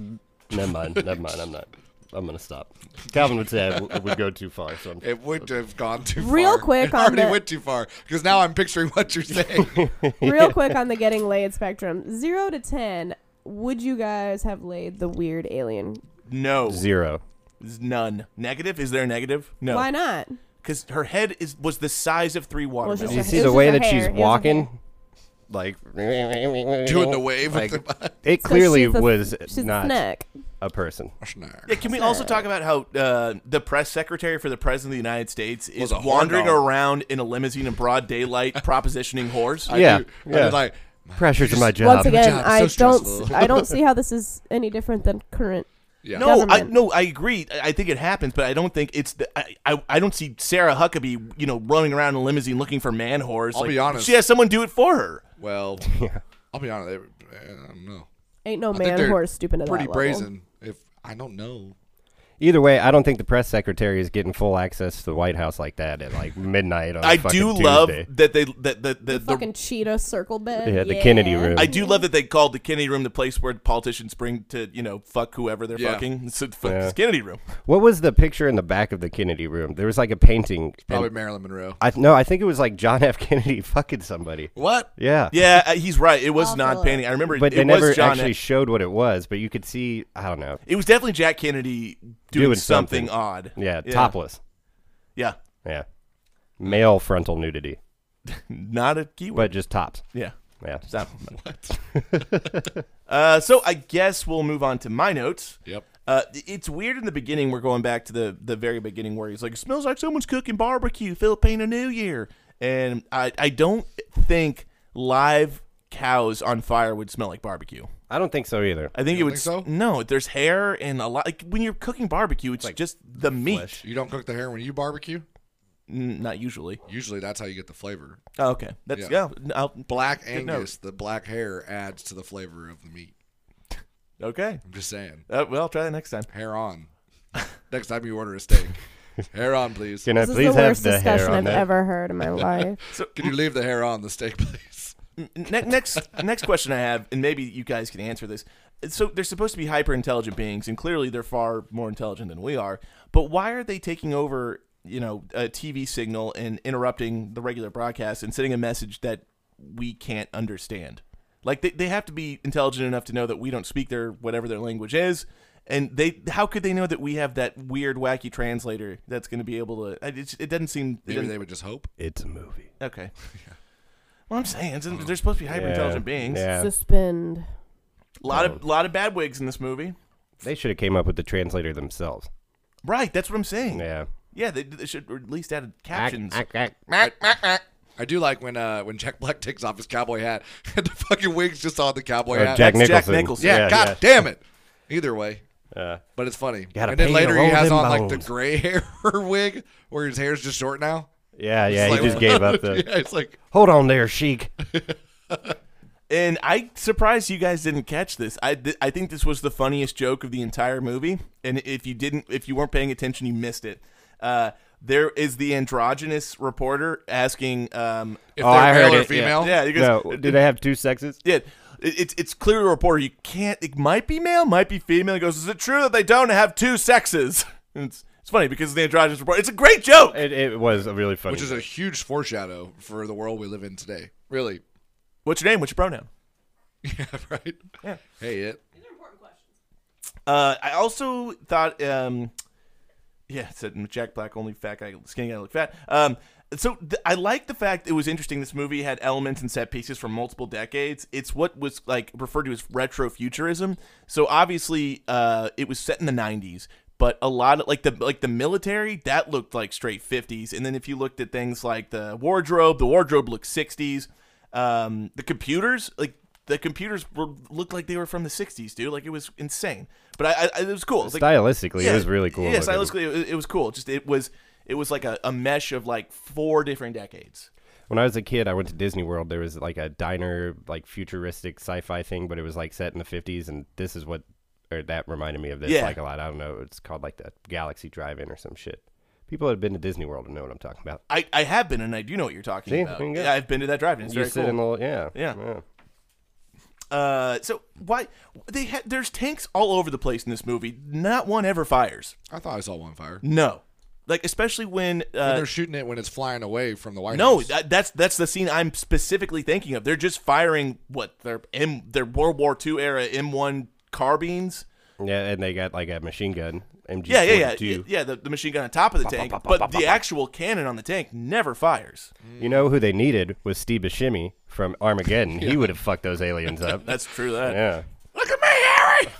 Never mind. Never mind. I'm not. I'm gonna stop. Calvin would say I, w- I would go too far. So I'm, It would have gone too far. Real quick It on already the- went too far because now I'm picturing what you're saying. Real quick on the getting laid spectrum, zero to ten. Would you guys have laid the weird alien? No, zero. There's none. Negative? Is there a negative? No. Why not? Because her head is was the size of three it's watermelons. You just see it the was way just her that hair. she's It was her hair. walking, like Doing doing the wave Like, with the it 'Cause clearly she's a- was she's not a snack. a person. yeah, can we also talk about how uh, the press secretary for the president of the United States is a horn wandering dog. around in a limousine in broad daylight, propositioning whores? Yeah, do. I'd be yeah. like, Pressure to my job. Once again, job, I so don't, stressful. s- I don't see how this is any different than current. yeah. No, I, Government. no, I agree. I, I think it happens, but I don't think it's the. I, I, I don't see Sarah Huckabee, you know, running around in a limousine looking for man whores. I'll Like, be honest. She has someone do it for her. Well, I'll be honest. They, were- eh, I don't know. Ain't no I think man they're horse stooping to Pretty that level. brazen. If I don't know. Either way, I don't think the press secretary is getting full access to the White House like that at like midnight on a I fucking do love Tuesday. that they that the the, the, Fucking cheetah circle bed. Yeah, the Kennedy room. I do love that they called the Kennedy room the place where politicians bring to you know fuck whoever they're Yeah. fucking. So fuck Yeah. this Kennedy room. What was the picture in the back of the Kennedy room? There was like a painting. Probably and Marilyn Monroe. I no, I think it was like John F. Kennedy fucking somebody. What? Yeah. Yeah, uh, he's right. It was I'll not fill it. painting. I remember, But it they never was John. actually showed what it was, but you could see. I don't know. it was definitely Jack Kennedy doing, Doing something, something. odd. Yeah, topless. Yeah, Yeah, male frontal nudity, not a keyword. but just tops. yeah, Yeah. stop. uh, so I guess we'll move on to my notes. Yep. Uh, it's weird in the beginning. We're going back to the the very beginning where he's like, "It "Smells like someone's cooking barbecue, Filipino New Year," and I I don't think live cows on fire would smell like barbecue. I don't think so either. I think it would. think so? No, there's hair and a lot. Like when you're cooking barbecue, it's just the meat. You don't cook the hair when you barbecue. N- not usually. Usually, that's how you get the flavor. Oh, okay, that's yeah. Yeah. I'll- Black good note. Angus, the black hair adds to the flavor of the meat. Okay. I'm just saying. Uh, well, I'll try that next time. Hair on. Next time you order a steak, hair on, please. Can Can I This is please the have worst the hair discussion on I've that? ever heard in my life. you leave the hair on the steak, please? Ne- next, next question I have, and maybe you guys can answer this. So they're supposed to be hyper intelligent beings, and clearly they're far more intelligent than we are. But why are they taking over, you know, a TV signal and interrupting the regular broadcast and sending a message that we can't understand? Like they, they have to be intelligent enough to know that we don't speak their whatever their language is. And they, how could they know that we have that weird, wacky translator that's going to be able to? I- It, it doesn't seem. It Maybe doesn't, they would just hope. It's a movie. Okay. Well, I'm saying it's- they're supposed to be hyper intelligent beings. Mm. Yeah. Suspend. A lot of lot of bad wigs in this movie. They should have came up with the translator themselves. Right, that's what I'm saying. Yeah, Yeah. they, they should at least add captions. I do like when uh, when Jack Black takes off his cowboy hat and the fucking wig's just on the cowboy Or hat. Jack That's Jack Nicholson. Nicholson. yeah, yeah, God yeah. damn it. Either way. but it's funny. Gotta And then pay later to he roll has them on like the bones. gray hair wig where his hair's just short now. Yeah, yeah. He It's like- just gave up the. yeah, it's like Hold on there, Sheik. And I surprised you guys didn't catch this. I th- I think this was the funniest joke of the entire movie. And if you didn't, if you weren't paying attention, you missed it. Uh, there is the androgynous reporter asking. Um, if Oh, they're I male heard or it, female. yeah, he No, goes, do they have two sexes? Yeah, it- it's it's clear to a reporter you can't. It might be male, might be female. He goes, "Is it true that they don't have two sexes?" And it's it's funny because the androgynous reporter. It's a great joke. It, it was a really funny. Which is a huge foreshadow for the world we live in today. Really. What's your name? What's your pronoun? Yeah, right. Yeah. Hey, it. Uh, I also thought, um, yeah, it said Jack Black only fat guy, skinny guy look fat. Um, so th- I like the fact it was interesting. This movie had elements and set pieces from multiple decades. It's what was like referred to as retrofuturism. So obviously, uh, it was set in the '90s, but a lot of like the like the military that looked like straight '50s. And then if you looked at things like the wardrobe, the wardrobe looked '60s. Um, the computers, like the computers were looked like they were from the '60s, dude. Like it was insane. But I, I it was cool. It was like- Stylistically, it was really cool Yeah, looking. stylistically, it, it was cool. Just it was it was like a, a mesh of like four different decades. When I was a kid, I went to Disney World. There was like a diner, like futuristic sci-fi thing, but it was like set in the fifties, and this is what or that reminded me of this Yeah. like a lot. I don't know. It's called like the Galaxy Drive-In or some shit. People that have been to Disney World know what I'm talking about. I, I have been and I do know what you're talking See, about. there you go. Yeah, I've been to that drive-in. It's You very sit cool. in the little- yeah, yeah. yeah. Uh, so why they had there's tanks all over the place in this movie. Not one ever fires. I thought I saw one fire. No, like especially when When uh, they're shooting it when it's flying away from the White no, House. that, that's that's the scene I'm specifically thinking of. They're just firing what their M their World War II era M1 carbines. Yeah, and they got like a machine gun. MG Yeah, yeah, yeah, yeah. The, the machine gun on top of the tank, pop, pop, but pop, the pop. actual cannon on the tank never fires. You know who they needed was Steve Buscemi from Armageddon. He would have fucked those aliens up. That's true. That yeah. look at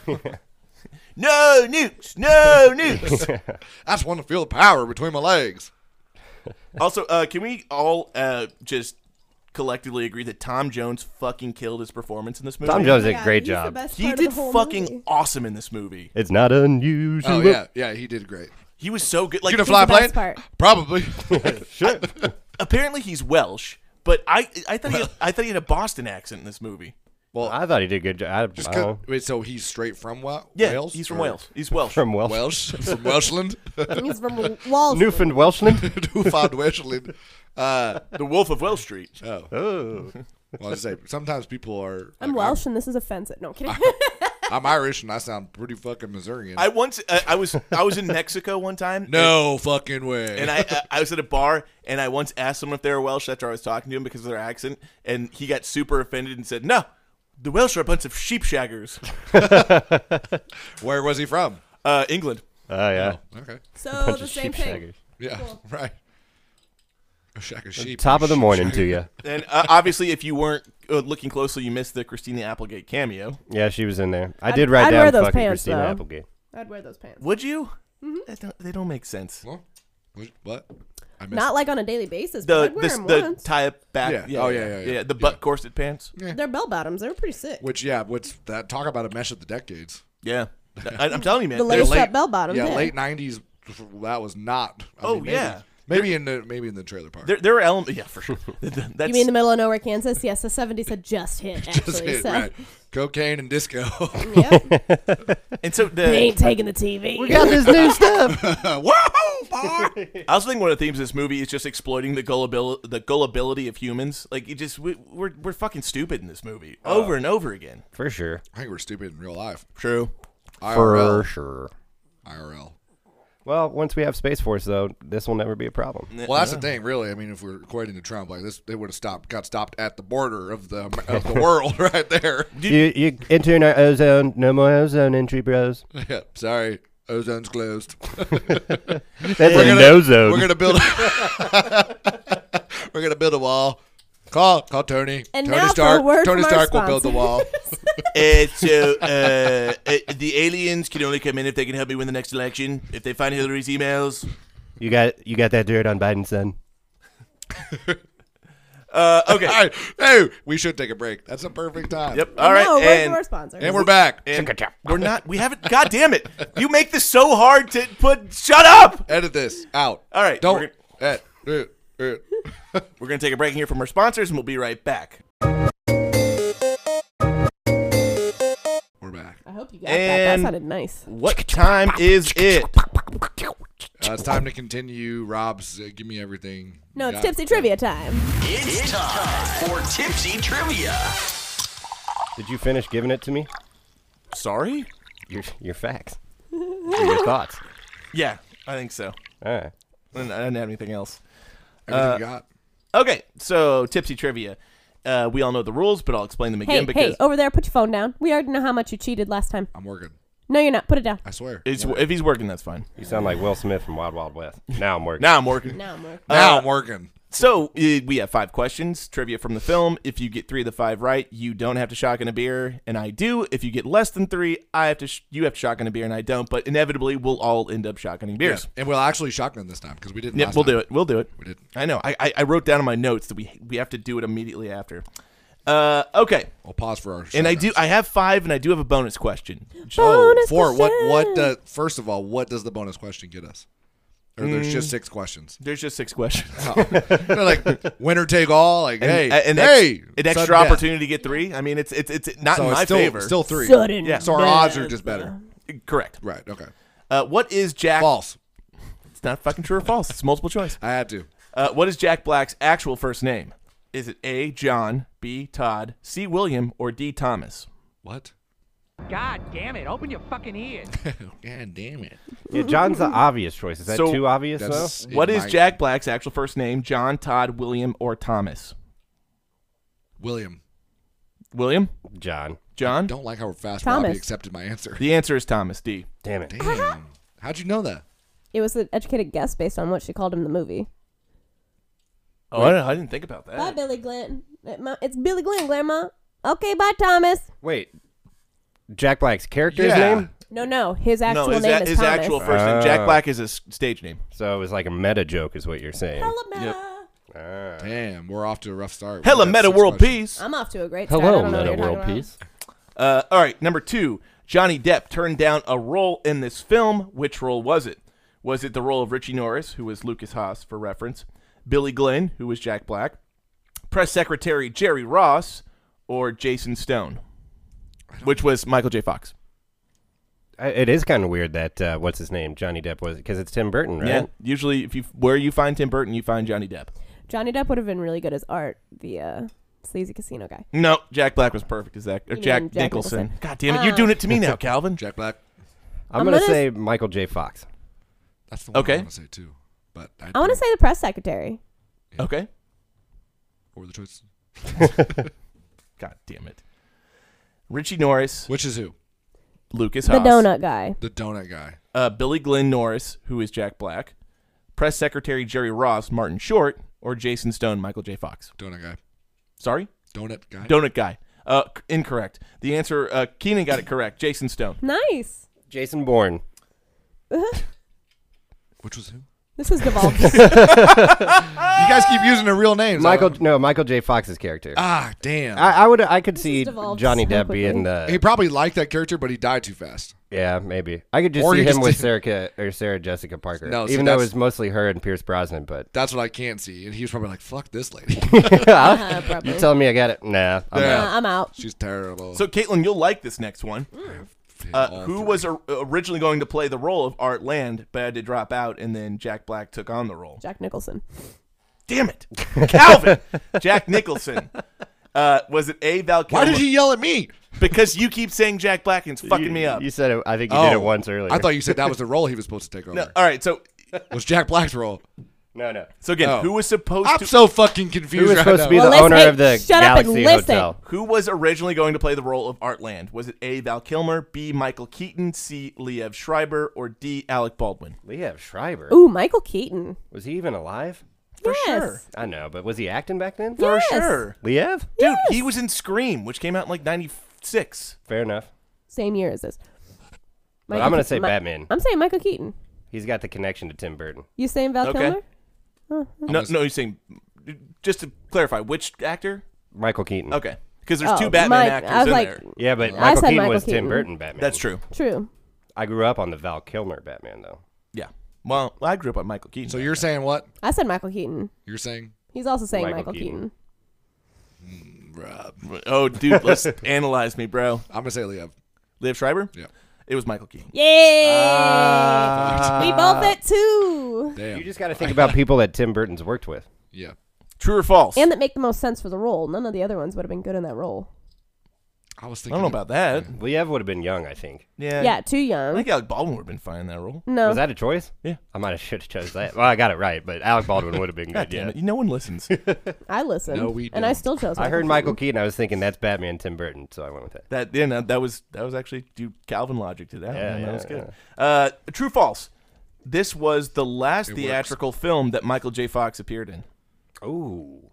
me, Harry. no nukes, no nukes. I just want to feel the power between my legs. also, uh, can we all uh, just collectively agree that Tom Jones fucking killed his performance in this movie? Tom Jones did a Yeah, great he's the job. best He part of did the whole fucking movie. awesome in this movie. It's not unusual. Oh yeah, yeah, he did great. He was so good. Like You gonna he- fly a the best plane? part. Probably. Shit. apparently he's Welsh, but I I thought he, I thought he had a Boston accent in this movie. well, I thought he did a good job. just I uh, cause, don't know. wait. So he's straight from what? Yeah, Wales. he's from Or- Wales. He's Welsh. From Welsh. Welsh from Welshland. He's from Wall Newfound Welshland. Who found Welshland? Uh, the Wolf of Wall Street. oh. well, I was gonna say sometimes people are. I'm like, Welsh, and this is offensive. No I'm kidding. I'm, I'm Irish and I sound pretty fucking Missourian. I once uh, I was I was in Mexico one time. no fucking way. And I, I I was at a bar and I once asked someone if they were Welsh after I was talking to him because of their accent, and he got super offended and said, "No, the Welsh are a bunch of sheep shaggers." Where was he from? Uh, England. Oh yeah. Okay. so the same thing. sheepshaggers. Yeah. Right. A shack of sheep. Top of the morning to you. And uh, obviously, if you weren't uh, looking closely, you missed the Christina Applegate cameo. Yeah, she was in there. I I'd- did write I'd down wear those fucking pants, Christina though. Applegate. I'd wear those pants. Would you? Mm-hmm. That don't- they don't make sense. Well, what- What? I missed. Not like on a daily basis. but The I'd wear this, them the once. tie up back. Yeah. Oh, yeah, yeah, yeah. The butt corset pants. They're bell bottoms. They were pretty sick. Which yeah, what's that? Talk about a mesh of the decades. Yeah. I, I'm telling you, man. The they're- lace late- up bell bottoms. yeah, late '90s. That was not. I Oh, mean, maybe- yeah. Maybe in the maybe in the trailer park. There, there are elements. Yeah, for sure. That's, You mean the middle of nowhere, Kansas? Yes, the 70s had just hit, actually. That's it, so. right. Cocaine and disco. Yep. and so they the, ain't taking the TV. this new stuff. Whoa, boy! I also think one of the themes of this movie is just exploiting the gullibility, the gullibility of humans. Like, you just we, we're we're fucking stupid in this movie Oh. over and over again. For sure. I think we're stupid in real life. True. For IRL. sure. IRL. Well, once we have Space Force, though, this will never be a problem. Well, that's the thing, really. I mean, if we're equating to Trump, like this, they would have stopped, got stopped at the border of the of the world, right there. You, you enter in our ozone. No more ozone entry, bros. Yeah, sorry, ozone's closed. That's a no zone. We're gonna build. we're gonna build a wall. Call call Tony. And Tony now for a Stark. word Tony from our Stark will build the wall. Uh, so uh, uh, the aliens can only come in if they can help me win the next election. If they find Hillary's emails. you got you got that dirt on Biden, son. Uh, okay. All right. Hey, we should take a break. That's a perfect time. Yep. All right. no, word from and, our sponsor. And we're back. and we're not. We haven't. God damn it! You make this so hard to put. Shut up. Edit this out. All right, Don't. we're Ed, eh, eh. We're gonna take a break here from our sponsors, and we'll be right back. We're back. I hope you got that. That And- sounded nice. What time is it? Uh, it's time to continue. Rob's uh, give me everything. No, you it's got. tipsy trivia time. It's time for Tipsy Trivia. Did you finish giving it to me? Sorry. Your your facts, Or your thoughts. Yeah, I think so. All right. I didn't I didn't have anything else. Everything you got. Okay, so tipsy trivia. Uh, we all know the rules, but I'll explain them again Hey, oh. because hey, over there, put your phone down. We already know how much you cheated last time. I'm working. No, you're not. Put it down. I swear. it's, if he's working, that's fine. You sound like Will Smith from Wild Wild West. Now I'm working. Now I'm working. No, I'm working. Now uh, I'm working. So uh, we have five questions, trivia from the film. If you get three of the five right, you don't have to shotgun a beer, and I do. If you get less than three, I have to. Sh- you have to shotgun a beer, and I don't. But inevitably, we'll all end up shotgunning beers. And we'll actually shotgun this time because we didn't. Yeah, last we'll time. do it. We'll do it. We didn't. I know. I, I, I wrote down in my notes that we we have to do it immediately after. Uh, okay. We'll pause for our. And I shotguns. do. I have five, and I do have a bonus question. Oh, Bonus four. What? What? question. Uh, first of all, what does the bonus question get us? Or Mm. there's just six questions. There's just six questions. They're like winner take all. Like And- hey, and ex- hey, an extra sudden death. opportunity to get three. I mean, it's it's it's not So in it's my still, favor. Still three. Sudden Yeah. So our odds are just better. correct. Right. Okay. Uh, what is Jack? False. It's not fucking true or false. It's multiple choice. I had to. Uh, what is Jack Black's actual first name? Is it A. John, B. Todd, C. William, or D. Thomas? What? God damn it, open your fucking ears. God damn it. Yeah, John's the obvious choice. Is that So- too obvious though? That's- it What is might- Jack Black's actual first name? John, Todd, William, or Thomas? William? William, John. John. Don't like how fast Robbie Thomas. accepted my answer. The answer is Thomas D. Damn it. Damn. How'd you know that? It was an educated guess based on what she called him in the movie. Oh, I, I didn't think about Bye, that. Billy Glenn. Uh, It's Billy Glenn, Grandma. Okay, bye, Thomas. Wait. Jack Black's character's Yeah. name? No, no, his actual no, his, name a- is his Thomas. actual first name. Jack Ah. Black is his stage name. So it was like a meta joke, is what you're saying. Hello, Meta. Ah. Damn, we're off to a rough start. Hella We've got meta six world questions. peace. I'm off to a great start. I Hello, don't know what Meta you're talking World about. Peace. Uh, all right, number two. Johnny Depp turned down a role in this film. Which role was it? Was it the role of Richie Norris, who was Lucas Haas for reference, Billy Glenn, who was Jack Black, Press Secretary Jerry Ross, or Jason Stone, which was Michael J. Fox? I- It is kind of weird that uh, what's his name Johnny Depp was because it's Tim Burton, right? Yeah, usually if you where you find Tim Burton, you find Johnny Depp. Johnny Depp would have been really good as Art, the uh, sleazy casino guy. No, Jack Black was perfect as that. Or mean Jack, Jack Nicholson. Nicholson. God damn it, you're doing it to me now, Calvin. Jack Black. I'm, I'm gonna, gonna say Michael J. Fox. That's the one Okay. I want to say too. But I, I want to say the press secretary. Okay. or the choice. God damn it. Richie Norris, Which is who? Lucas The Haas. donut guy. The donut guy. uh, Billy Glenn Norris, who is Jack Black, Press Secretary Jerry Ross, Martin Short, or Jason Stone, Michael J. Fox. Donut guy. Sorry, Donut guy. Donut Guy. Uh, c- incorrect. The answer, uh, Keenan got it correct. Jason Stone. Nice. Jason Bourne. Which was who? This is devolved. You guys keep using the real names. I Michael don't- no Michael J. Fox's character. Ah, damn. I, I would I could see devolved Johnny so Depp quickly. being the he probably liked that character, but he died too fast. yeah maybe I could just Or see he him just with did- Sarah Ca- or Sarah Jessica Parker. No, see, even though it that's- was mostly her and Pierce Brosnan, but That's what I can't see. And he was probably like, "Fuck this lady. uh, probably. you telling me I got it? Nah, I'm Yeah. out. Uh, I'm out. She's terrible." So, Caitlin, you'll like this next one. Uh, All who three. was or- originally going to play the role of Art Land, but had to drop out, and then Jack Black took on the role. Jack Nicholson. Damn it, Calvin! Jack Nicholson. Uh, was it A. Val Why Kilmer? did he yell at me? Because you keep saying Jack Black and it's fucking You- me up. You said it. I think you did it once earlier. Oh, I thought you said that was the role he was supposed to take over. No, all right, so Was Jack Black's role? no, no. so again, Oh. who was supposed I'm to? so fucking confused. Who was right supposed now. to be Well, the listen- owner of the hey, shut up and Galaxy listen. Hotel? Who was originally going to play the role of Art Land? Was it A. Val Kilmer, B. Michael Keaton, C. Liev Schreiber, or D. Alec Baldwin? Liev Schreiber. Ooh, Michael Keaton. Was he even alive? For yes. sure. I know, but was he acting back then? For Yes. sure. Liev? Dude, he was in Scream, which came out in like 96. Fair enough. Same year as this. But Michael I'm gonna Keaton- say Mi- Batman. I'm saying Michael Keaton. He's got the connection to Tim Burton. You saying Val Okay. Kilmer? Oh, No, no, you're saying, just to clarify, which actor? Michael Keaton. Okay. Because there's Oh, two Batman Mike- actors I was in like- there. Yeah, but I Michael said Keaton Michael was Tim Keaton. Burton Batman. That's true. True. I grew up on the Val Kilmer Batman though. Yeah. Well, I grew up on Michael Keaton. So you're saying what? I said Michael Keaton. You're saying He's also saying Michael Michael, Keaton. Keaton. Rob. Oh, dude, let's analyze me, bro. I'm gonna say Liev. Liev Schreiber? Yeah. It was Michael Keaton. Yay! Ah. we both at two. Damn. You just got to think about people that Tim Burton's worked with. yeah. True or false? And that make the most sense for the role. None of the other ones would have been good in that role. I was I don't know about that. Liev would have been young, I think. Yeah. Yeah, too young. I think Alec Baldwin would have been fine in that role. No. Was that a choice? Yeah. I might have should have chose that. Well, I got it right, but Alec Baldwin would have been good. Damn yeah. it. No one listens. I listened. No, we and I don't. still chose I heard Michael Keaton. I was thinking that's Batman Tim Burton, so I went with it. That yeah, no, that was that was actually dude Calvin logic to that. Yeah, man, that yeah, was good. Uh, true false. This was the last works. theatrical film that Michael J. Fox appeared in. Ooh.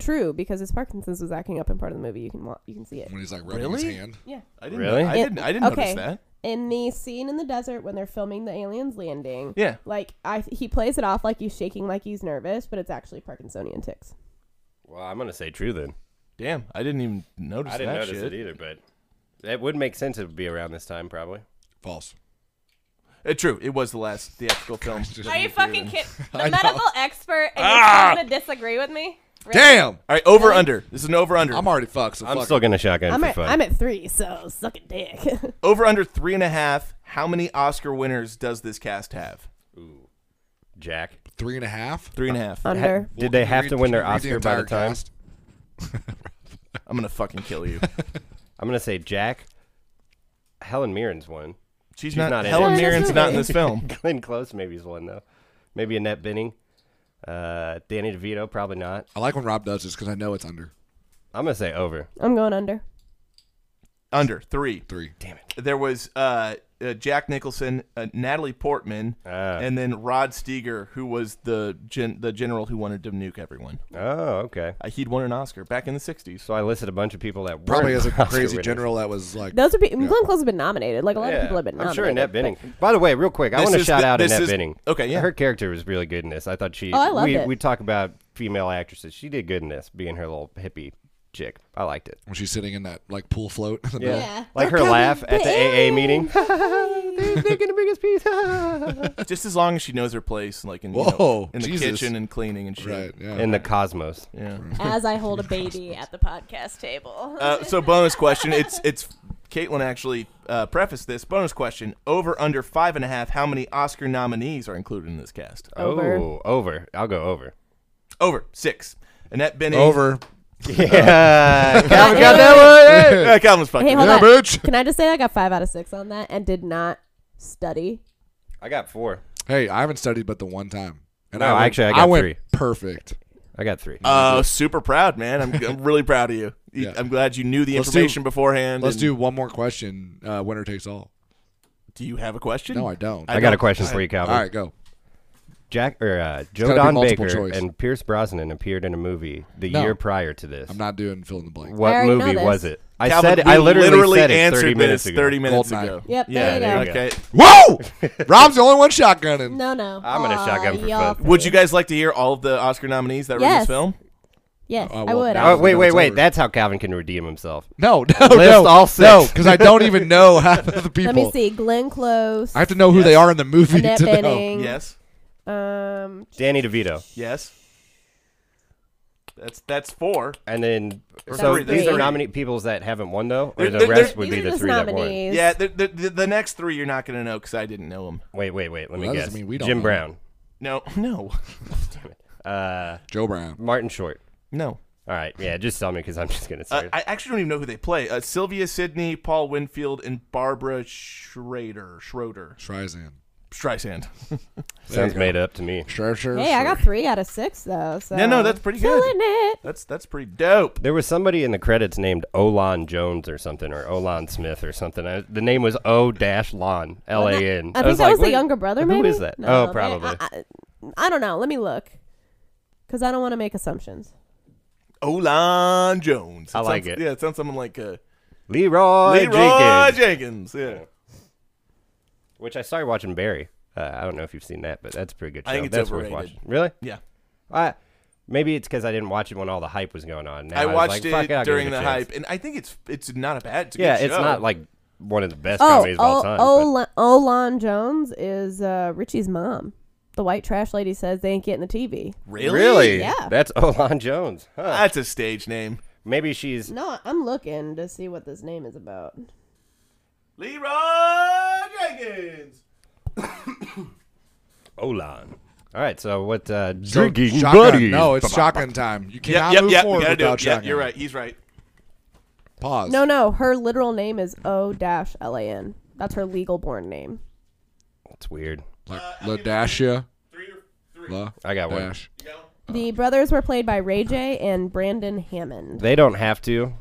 True, because his Parkinson's was acting up in part of the movie. You can wa- you can see it. when he's like rubbing Really? his hand. Yeah. I didn't. Really? I It- didn't. I didn't notice okay. that. In the scene in the desert when they're filming the aliens landing, Yeah. like I he plays it off like he's shaking, like he's nervous, but it's actually Parkinsonian tics. Well, I'm gonna say true then. Damn. I didn't even notice I didn't that notice shit. it either, but it would make sense. It would be around this time, probably. False. Uh, true. It was the last theatrical film. Just- Are you fucking kidding? The I know. Ah! medical expert, and you're going to disagree with me? Really? Damn. All right. Over under. This is an over under. I'm already fucked. So I'm fuck still it. gonna shotgun I'm for at, fun. I'm at three, so suck a dick. Over under three and a half. How many Oscar winners does this cast have? Jack. three and a half. Three and a half. Under. Did they Can you have read- to win can their you read Oscar by the entire time? cast? I'm gonna fucking kill you. I'm gonna say Jack. Helen Mirren's won. She's, She's not. not in Helen it. Mirren's not in this film. Glenn Close maybe's won though. Maybe Annette Benning. Uh, Danny DeVito probably not. I like when Rob does this because I know it's under I'm gonna say over. I'm going under. Under three. three. there was uh, uh, Jack Nicholson, uh, Natalie Portman, Ah. and then Rod Steger, who was the gen- the general who wanted to nuke everyone. Oh, okay. Uh, he'd won an Oscar back in the '60s. So I listed a bunch of people that Probably weren't as a Oscar crazy winners. general that was like. Those would be Glenn Close has been nominated. Like a lot Yeah, of people have been I'm nominated. sure Annette but- Benning. By the way, real quick, I This want to is shout the- out this Annette is- Benning. okay, yeah. her character was really good in this. I thought she. Oh, I loved we, it. We talk about female actresses. She did good in this, being her little hippie chick. I liked it. when she's sitting in that like pool float. in the Yeah, middle. like her laugh at the AA meeting. They- They're gonna bring us pizza Just as long as she knows her place, like in, you know, Whoa, in the Jesus. kitchen and cleaning and shit. Right. Yeah. in the cosmos. Yeah. As I hold a baby at the podcast table. Uh, so bonus question. It's it's Caitlin actually uh, prefaced this bonus question. Over under five and a half. How many Oscar nominees are included in this cast? Uh, Over. Oh, over. I'll go over. Oh. Over six. Annette Benning. Over. Yeah, Calvin got that that one. Uh, Calvin's fucking. Hey, hold Yeah, on. bitch. Can I just say I got five out of six on that and did not study? I got four. Hey, I haven't studied but the one time. And No, I went, actually, I got went three. perfect. I got three. Uh, super proud, man. I'm, I'm really proud of you. You- Yeah. I'm glad you knew the Let's do- information beforehand. Let's and- do one more question. Uh, winner takes all. Do you have a question? No, I don't. I got a don't- question for you, all Calvin. right, go. Jack or uh, gotta Joe be Don multiple Baker choice. and Pierce Brosnan appeared in a movie the No. year prior to this. I'm not doing fill in the blank. What I already know movie this. was it? I Calvin, said it. we I literally, said it answered 30 minutes this ago. 30 minutes Goldeneye. ago. Yep, Yeah. there you go. Okay. Whoa! Rob's the only one shotgunning. No, no. I'm gonna Aw, shotgun for y'all fun. Would you guys like to hear all of the Oscar nominees that were in this Yes. film? Yes, Oh, I well, would. now- Oh, actually. wait, wait, it's wait. over. That's how Calvin can redeem himself. No, no, List no. all six. No, because I don't even know half of the people. Let me see. Glenn Close. I have to know who they are in the movie Annette to know. Bening. Yes. Um, Danny DeVito. Yes. That's that's four. And then, That's so three, that's these are three. nominee peoples that haven't won though, or They're- the they're- rest they're- would these be are the just three that won. nominees. Yeah. The, the, the, the next three you're not gonna know because I didn't know them. Wait, wait, wait. Let me Well, that guess. doesn't mean we don't Jim know. Brown, No. No. Joe Brown. Martin Short. No. All right, yeah, just tell me because I'm just gonna Uh, start. I actually don't even know who they play. Uh, Sylvia Sidney, Paul Winfield, and Barbara Schrader. Schroeder. Streisand. Streisand. Sounds made up to me. Sure, sure. Hey, I got three out of six though. So Yeah, no, that's pretty good. Killing it. That's that's pretty dope. There was somebody in the credits named Olan Jones or something, or Olan Smith or something. I, the name was O Dash Lon L A N. I think that like, was the wait, younger brother. Who Maybe is that? No, oh, they- probably. I, I, I don't know. Let me look, because I don't want to make assumptions. Olan Jones. I like sounds- it. Yeah, it sounds something like uh, Leroy, Leroy Jenkins, Jenkins. Yeah. which I started watching Barry. Uh, I don't know if you've seen that, but that's a pretty good. Show. I think it's that's overrated. worth watching. Really? Yeah. I, maybe it's because I didn't watch it when all the hype was going on. Now I was watched like, fuck I'll give it during a the chance. hype, and I think it's it's not a bad. It's a Yeah, good it's show. not like one of the best Oh, comedies of all time. but- oh, Olan Jones is uh, Richie's mom. The white trash lady says they ain't getting the TV. really. Yeah. That's Olan Jones. Huh. That's a stage name. Maybe she's No, I'm looking to see what this name is about. Leroy Jenkins. Olan. All right, so what? Uh, So, drinking shotgun. buddies. No, it's shotgun time. You cannot Yep, move yep, we forward gotta do without it. Yep, shotgun. you're right. He's right. Pause. No, no. Her literal name is O dash L A N. That's her legal born name. That's weird. Like Ladasha. La I got one. Dash. Oh. The brothers were played by Ray J and Brandon Hammond. They don't have to.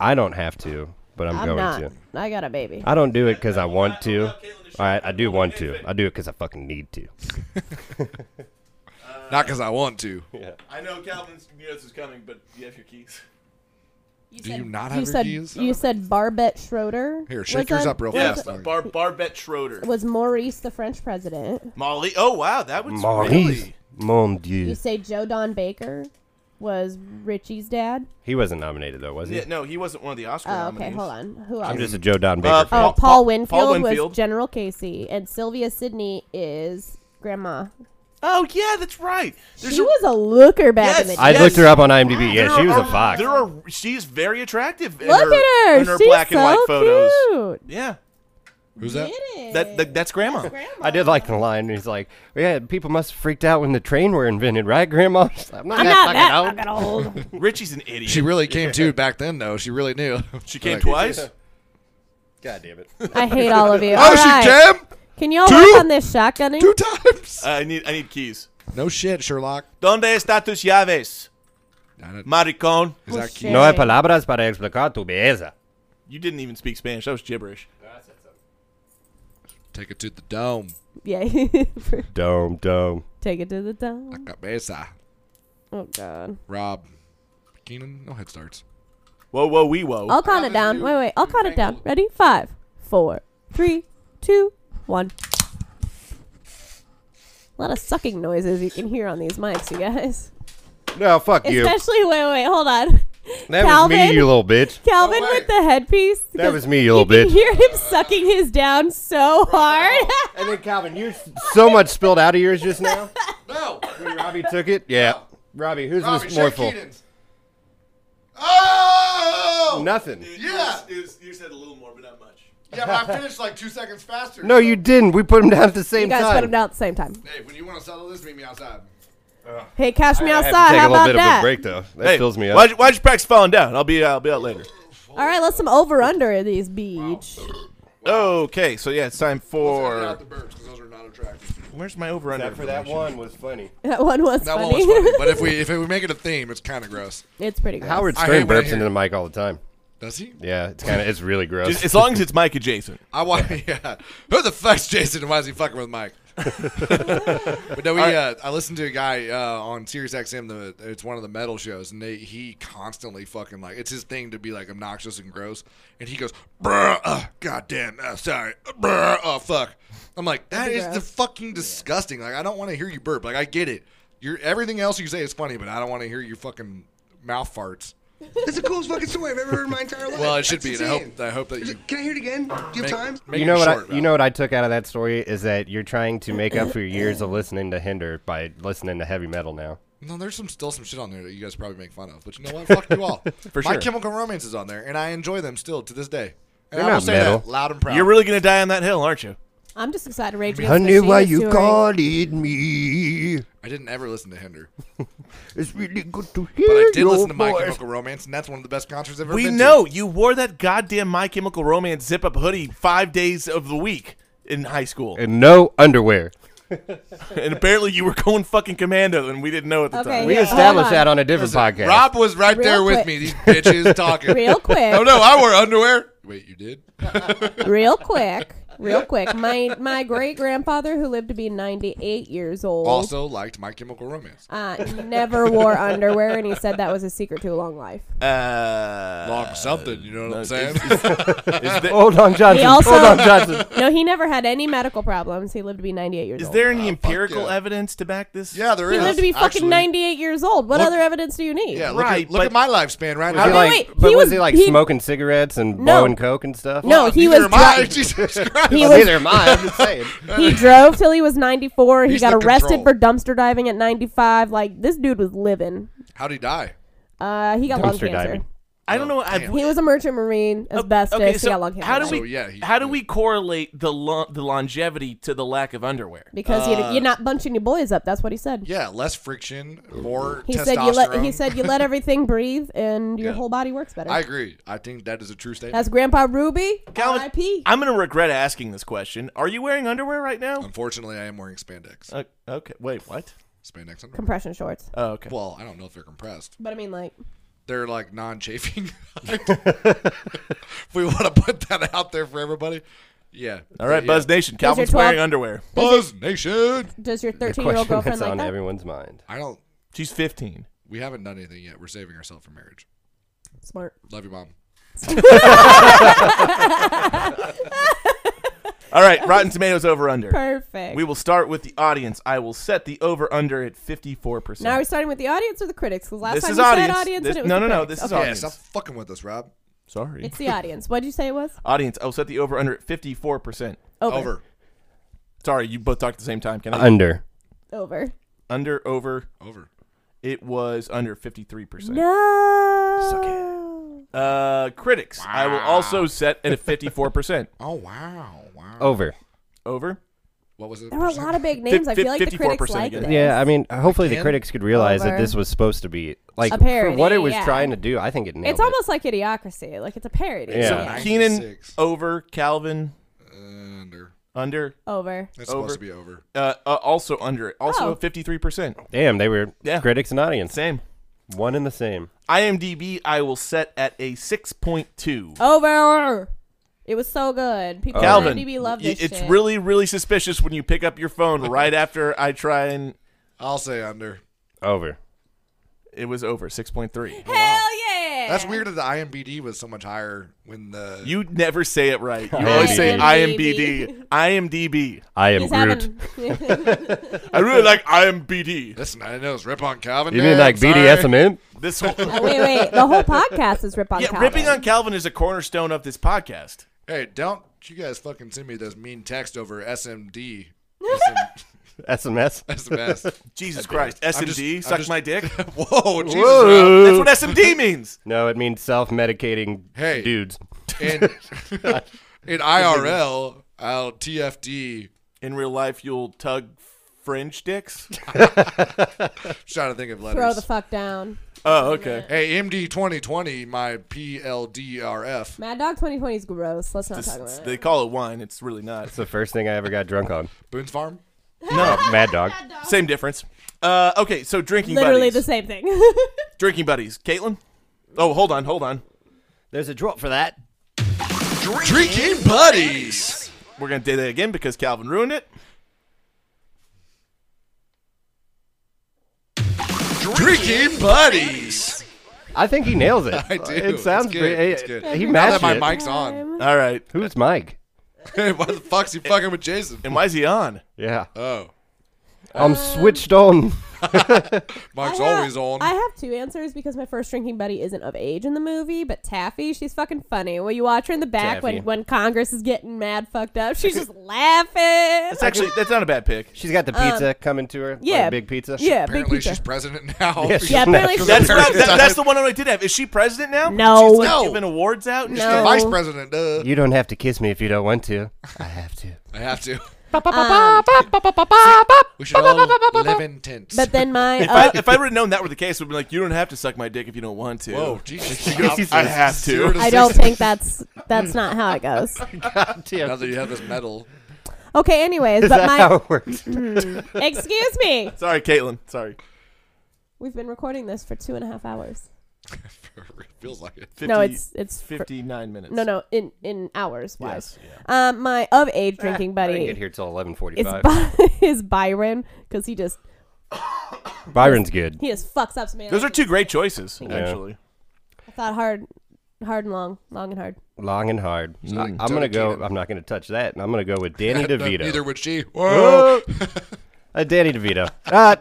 I don't have to, but I'm, going not. to. I got a baby. I don't do it because I want to. All right, I do want to. I do it because I fucking need to. Not because I want to. Yeah. I know Calvin's Munoz is coming, but do you have your keys? Do you not have You your said keys? you said Barbette Schroeder. Here, was shake yours on- up real Yeah, fast. but Bar- Barbette Schroeder. Was Maurice the French president? Molly. Oh, wow. That was Maurice, really. mon You dieu. say Joe Don Baker was Richie's dad. He wasn't nominated though, was he? Yeah, no, he wasn't one of the Oscar Oh, okay, nominees. hold on. Who else? I'm just a Joe Don Baker. Uh, fan. Paul- Oh, Paul, Paul- Paul Winfield, Winfield. was General Casey, and Sylvia Sidney is Grandma. Oh, yeah, that's right. There's she a- was a looker back in the Yes. day. I looked her up on IMDb. There Yeah, she was a are- fox. There are. She's very attractive. In Look her, at her. In her She's black so and white photos. cute. Yeah, Who's that? that, that that's grandma. I did like the line. He's like, "Yeah, people must have freaked out when the train were invented, right, Grandma?" I'm not that fucking old. Richie's an idiot. She really came to back then, though. She really knew. She came Like, twice. God damn it! I hate all of you. Oh, All right. she came Can y'all Two? work on this shotgunning? two times. I need I need keys. No shit, Sherlock. Donde está tus llaves, I don't- maricón? Is that Oh, shit. cute? No hay palabras para explicar tu belleza. You didn't even speak Spanish. That was gibberish. Take it to the dome. Yeah. Dome, dome. Take it to the dome. Cabeza. Oh God. Rob. Keenan, no head starts. Whoa, whoa, wee, whoa. I'll count it down. Wait, wait. I'll count it down. Ready? Five, four, three, two, one. A lot of sucking noises you can hear on these mics, you guys. No, fuck you. Especially, wait, wait, hold on. That Calvin, was me, you little bitch. Calvin with the headpiece. because was me, you little can bitch. hear him sucking his down so hard. And then Calvin, you so much spilled out of yours just now. No. When Robbie took it. Yeah. Robbie, who's Miss Morphle? Oh! Nothing. Yeah. you said a little more, but not much. Yeah, but I finished like two seconds faster. No, you didn't. We put him down at the same you guys time. put him down at the same time. Hey, when you want to settle this, meet me outside. Hey, cash me I had to outside. take How a little about bit that? of a break though. That Hey, fills me up. Why'd, you- why'd you practice falling down? I'll be uh, I'll be out later. All right, let's some over under in these beach. Okay, so yeah, it's time Edit for. out the burps because those are not attractive. Where's my over under? Except for that one was funny. That one was That funny. one was funny, but if we if we make it a theme, it's kind of gross. it's pretty gross. Howard I Stern hate when I burps hear- into the mic all the time. Does he? Yeah, it's kind of it's really gross. Just, as long as it's Mike adjacent. I want. Yeah. Who the fuck's Jason? and Why is he fucking with Mike? but no, we, uh, I listened to a guy uh, on Sirius XM. The it's one of the metal shows, and they, he constantly fucking like it's his thing to be like obnoxious and gross. And he goes, "Bruh, uh, goddamn, uh, sorry, uh, bruh, oh fuck." I'm like, that is the fucking disgusting. Like, I don't want to hear you burp. Like, I get it. You're everything else you say is funny, but I don't want to hear your fucking mouth farts. That's the coolest fucking story I've ever heard in my entire life. Well, it should be. That's And I insane. hope. I hope that Is you. it- Can I hear it again? Do you have Make- time? make you it know what short, I, you Ralph. know what I took out of that story is that you're trying to make up for your years of listening to Hinder by listening to heavy metal now. No, there's some still some shit on there that you guys probably make fun of, but you know what? Fuck you all. For My sure. Chemical Romance is on there, and I enjoy them still to this day. They're And I will not say metal. that loud and proud. You're really gonna die on that hill, aren't you? I'm just excited. Rage Against the Machine is touring. me. I didn't ever listen to Hinder, It's really good to but hear I did listen to My Chemical Romance, and that's one of the best concerts I've ever We been know to. you wore that goddamn My Chemical Romance zip up hoodie five days of the week in high school, And no underwear. and apparently you were going fucking commando, and we didn't know at the Okay, time. We Yeah, established hold on. that on a different podcast. Rob was right Real there with quick. me. These bitches talking. Real quick. Oh no, I wore underwear. Wait, you did? real quick, real quick. My my great grandfather, who lived to be ninety eight years old, Also liked My Chemical Romance. uh, never wore underwear, and he said that was a secret to a long life. Uh, Long something, you know what I'm saying? is, there, Hold on, Johnson. He also- Hold on, Johnson. No, he never had any medical problems. He lived to be ninety eight years is old. there any empirical yeah. evidence to back this? yeah, there is. he lived to be fucking actually. ninety eight years old. What Look- other evidence do you need? Yeah, look, Right, at, look but- at my lifespan right Was he now. like, wait, but he was, was- he like he- smoking cigarettes and No. blowing coke and stuff? No, he was Neither am I. drunk. Jesus Christ. He Well, was- neither am I. I'm just saying. He drove till he was 94. He He's got the arrested for control. dumpster diving at 95. Like, this dude was living. How'd he die? Uh, he got lung Dumpster cancer. diving. I don't know. I've- He was a merchant marine as best Okay, as he got so lung cancer. how do we how do we correlate the lo- the longevity to the lack of underwear? Because Uh, you, you're not bunching your boys up. That's what he said. Yeah, less friction, more He testosterone. said you let he said you let everything breathe and your Yeah. whole body works better. I agree. I think that is a true statement. That's Grandpa Ruby. R.I.P. I'm gonna regret asking this question. Are you wearing underwear right now? Unfortunately, I am wearing spandex. Uh, okay. Wait, what? Spandex underwear. Compression shorts. Oh, okay. Well, I don't know if they're compressed. But I mean, like, They're like non-chafing. if we want to put that out there for everybody. Yeah. All right, Yeah. Buzz Nation. Does your Calvin's wearing 12 underwear. Buzz Nation. does your The 13 year old question girlfriend that's like on that? everyone's mind. I don't. She's 15. We haven't done anything yet. We're saving ourselves for marriage. Smart. Love you, mom. All right, Rotten Tomatoes over under. Perfect. We will start with the audience. I will set the over under at 54%. Now we're starting with the audience or the critics. Because last This time is you audience. said audience This- and it was no, the no, no, critics. this is Okay. Yeah, audience. stop fucking with us, Rob. Sorry. It's the audience. What'd you say it was? audience. I will set the over under at 54%. Over. Over. Sorry, you both talked at the same time. Can I? Under. Over. Under, over. Over. It was under 53%. No. Uh, critics. I will also set it at 54%. Oh wow, wow. Over. Over. What was it? There were a lot of big names. I feel like the critics 54% like again. this. Yeah, I mean, hopefully the Again? critics could realize Over. that this was supposed to be like A for what parody, it was yeah. trying to do. I think it nailed It's it. almost like Idiocracy. Like it's a parody. Yeah. So Keenan 96. over Calvin Under. under Over. It's Over. supposed to be over. uh, uh also under also Oh. 53%. Damn, they were Yeah. critics and audience, Same. one and the same. IMDb I will set at a 6.2. Over. It was so good. People Calvin, on IMDb love y- this it's shit. really really suspicious when you pick up your phone right after I try and I'll say under. Over. it was over 6.3. Hell yeah. That's weird that the IMBD was so much higher when the You never say it right. You always say IMDb. IMBD. IMDb. I am He's Groot. having. I really like IMBD. listen, I know it's rip on Calvin. You Dad, mean like sorry. BDSM? This whole Oh, wait, wait. The whole podcast is rip on. Yeah, Calvin. ripping on Calvin is a cornerstone of this podcast. Hey, don't you guys fucking send me those mean text over SMD. SMS? SMS. Jesus Christ. I'm just- SMD, I'm suck just- my dick. Whoa, Jesus. Rob. Whoa. That's what SMD means. No, it means self-medicating Hey. dudes. In, in IRL, I'll TFD. In real life, you'll tug fringe dicks. Just trying to think of letters. Throw the fuck down. Oh, okay. hey, MD 2020, my PLDRF. Mad Dog 2020 is gross. Let's not This- talk about they it. call it wine. It's really not. It's the first thing I ever got drunk on. Boone's Farm. No, Mad Dog. Same difference. Uh, okay, so drinking Literally buddies. the same thing. Drinking buddies. Caitlin? Oh, hold on, hold on. There's a drop for that. Drinking buddies. We're going to do that again because Calvin ruined it. Drinking buddies. I think he nails it. I do. It sounds It's good. great. It's good. He Now matched that my it. mic's Um, on. All right. Who's Mike? Hey, why the fuck's he fucking with Jason? And why is he on? Yeah. Oh, Um, I'm switched on. Mike's I have- always on. I have two answers because my first drinking buddy isn't of age in the movie, but Taffy, she's fucking funny. Well, you watch her in the back when, Taffy. when Congress is getting mad fucked up. She's just laughing. That's actually, that's not a bad pick. She's got the pizza coming to her. like um, yeah. big pizza. Yeah, big Apparently, pizza. she's president now. Yeah, she's yeah, apparently That's she's That's, American not, that, time. that's the one I did have. Is she president now? No. She's like, No. giving awards out? and She's shit? the No. vice president. Duh. You don't have to kiss me if you don't want to. I have to. I have to. Um, We should all live in tents. but then my If I, uh, if I would have known that were the case, I would be like, you don't have to suck my dick if you don't want to. Whoa, Oh, Jesus! I have to. Zero I don't 60. think that's that's not how it goes. Now that you have this medal, Okay, anyways, Is but that how my Hmm. it works? excuse me. Sorry, Caitlin. Sorry. We've been recording this for two and a half hours. it feels like it. 50, no, it's it's for- 59 minutes. no no in in hours wise. Yes. Um, my of age drinking Ah, I didn't get buddy here till is 11:45. By- is Byron because he just Byron's good. he just fucks up some man. Those are two great choices, actually. I thought hard, hard and long, long and hard. Long and hard. I, am gonna go. I'm not gonna touch that. And I'm gonna go with Danny DeVito. Neither would she. Whoa. uh, Danny DeVito. Uh,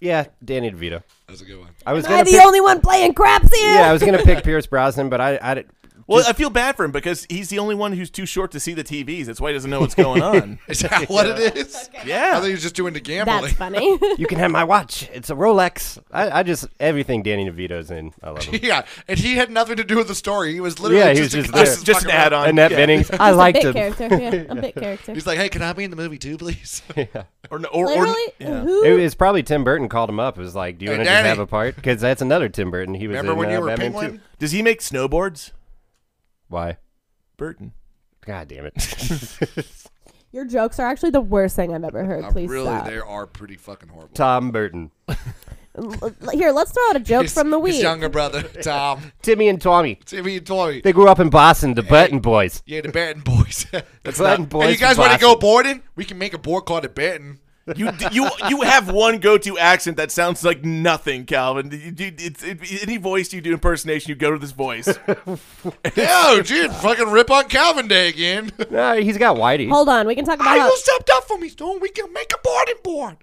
yeah, Danny DeVito. That's a good one. I was Am I gonna the pick, only one playing craps here? Yeah, I was gonna pick Pierce Brosnan, but I, I did- Well, I feel bad for him because he's the only one who's too short to see the TVs. That's why he doesn't know what's going on. Is that what it is? Yeah. I thought he was just doing the gambling. funny. you can have my watch. It's a Rolex. I, I just everything Danny DeVito's in. I love him. yeah, and he had nothing to do with the story. He was literally Yeah, he just, was a just there. constant Just an fucking- add-on. Annette Yeah. Bening. I He's a liked bit him. character, yeah, a bit character. He's like, hey, can I be in the movie too, please? yeah. Or no, Literally, who? It was probably Tim Burton called him up. It was like, "Do you Hey, want to just Danny. have a part?" Because that's another Tim Burton. He was Remember in, when you uh, were Batman Penguin? 2. Does he make snowboards? Why? Burton. God damn it, Your jokes are actually the worst thing I've ever heard. Uh, Please really, stop. they are pretty fucking horrible. Tom Burton, L- l- Here, let's throw out a joke His- from the his week. younger brother, Tom. Timmy and Tommy. Timmy and Tommy. They grew up in Boston, the Burton boys. Yeah, the Baton Boys. That's Baton Boys Hey, you guys from want to Boston. go boarding? We can make a board called the Baton. You d- you you have one go-to accent that sounds like nothing, Calvin. You, you, it's, it, any voice you do impersonation, you go to this voice. Yo, gee, fucking rip on Calvin Day again. No, he's got Whitey. Hold on, we can talk about. Are How, you stepped up for me, Stone? We can make a boarding board.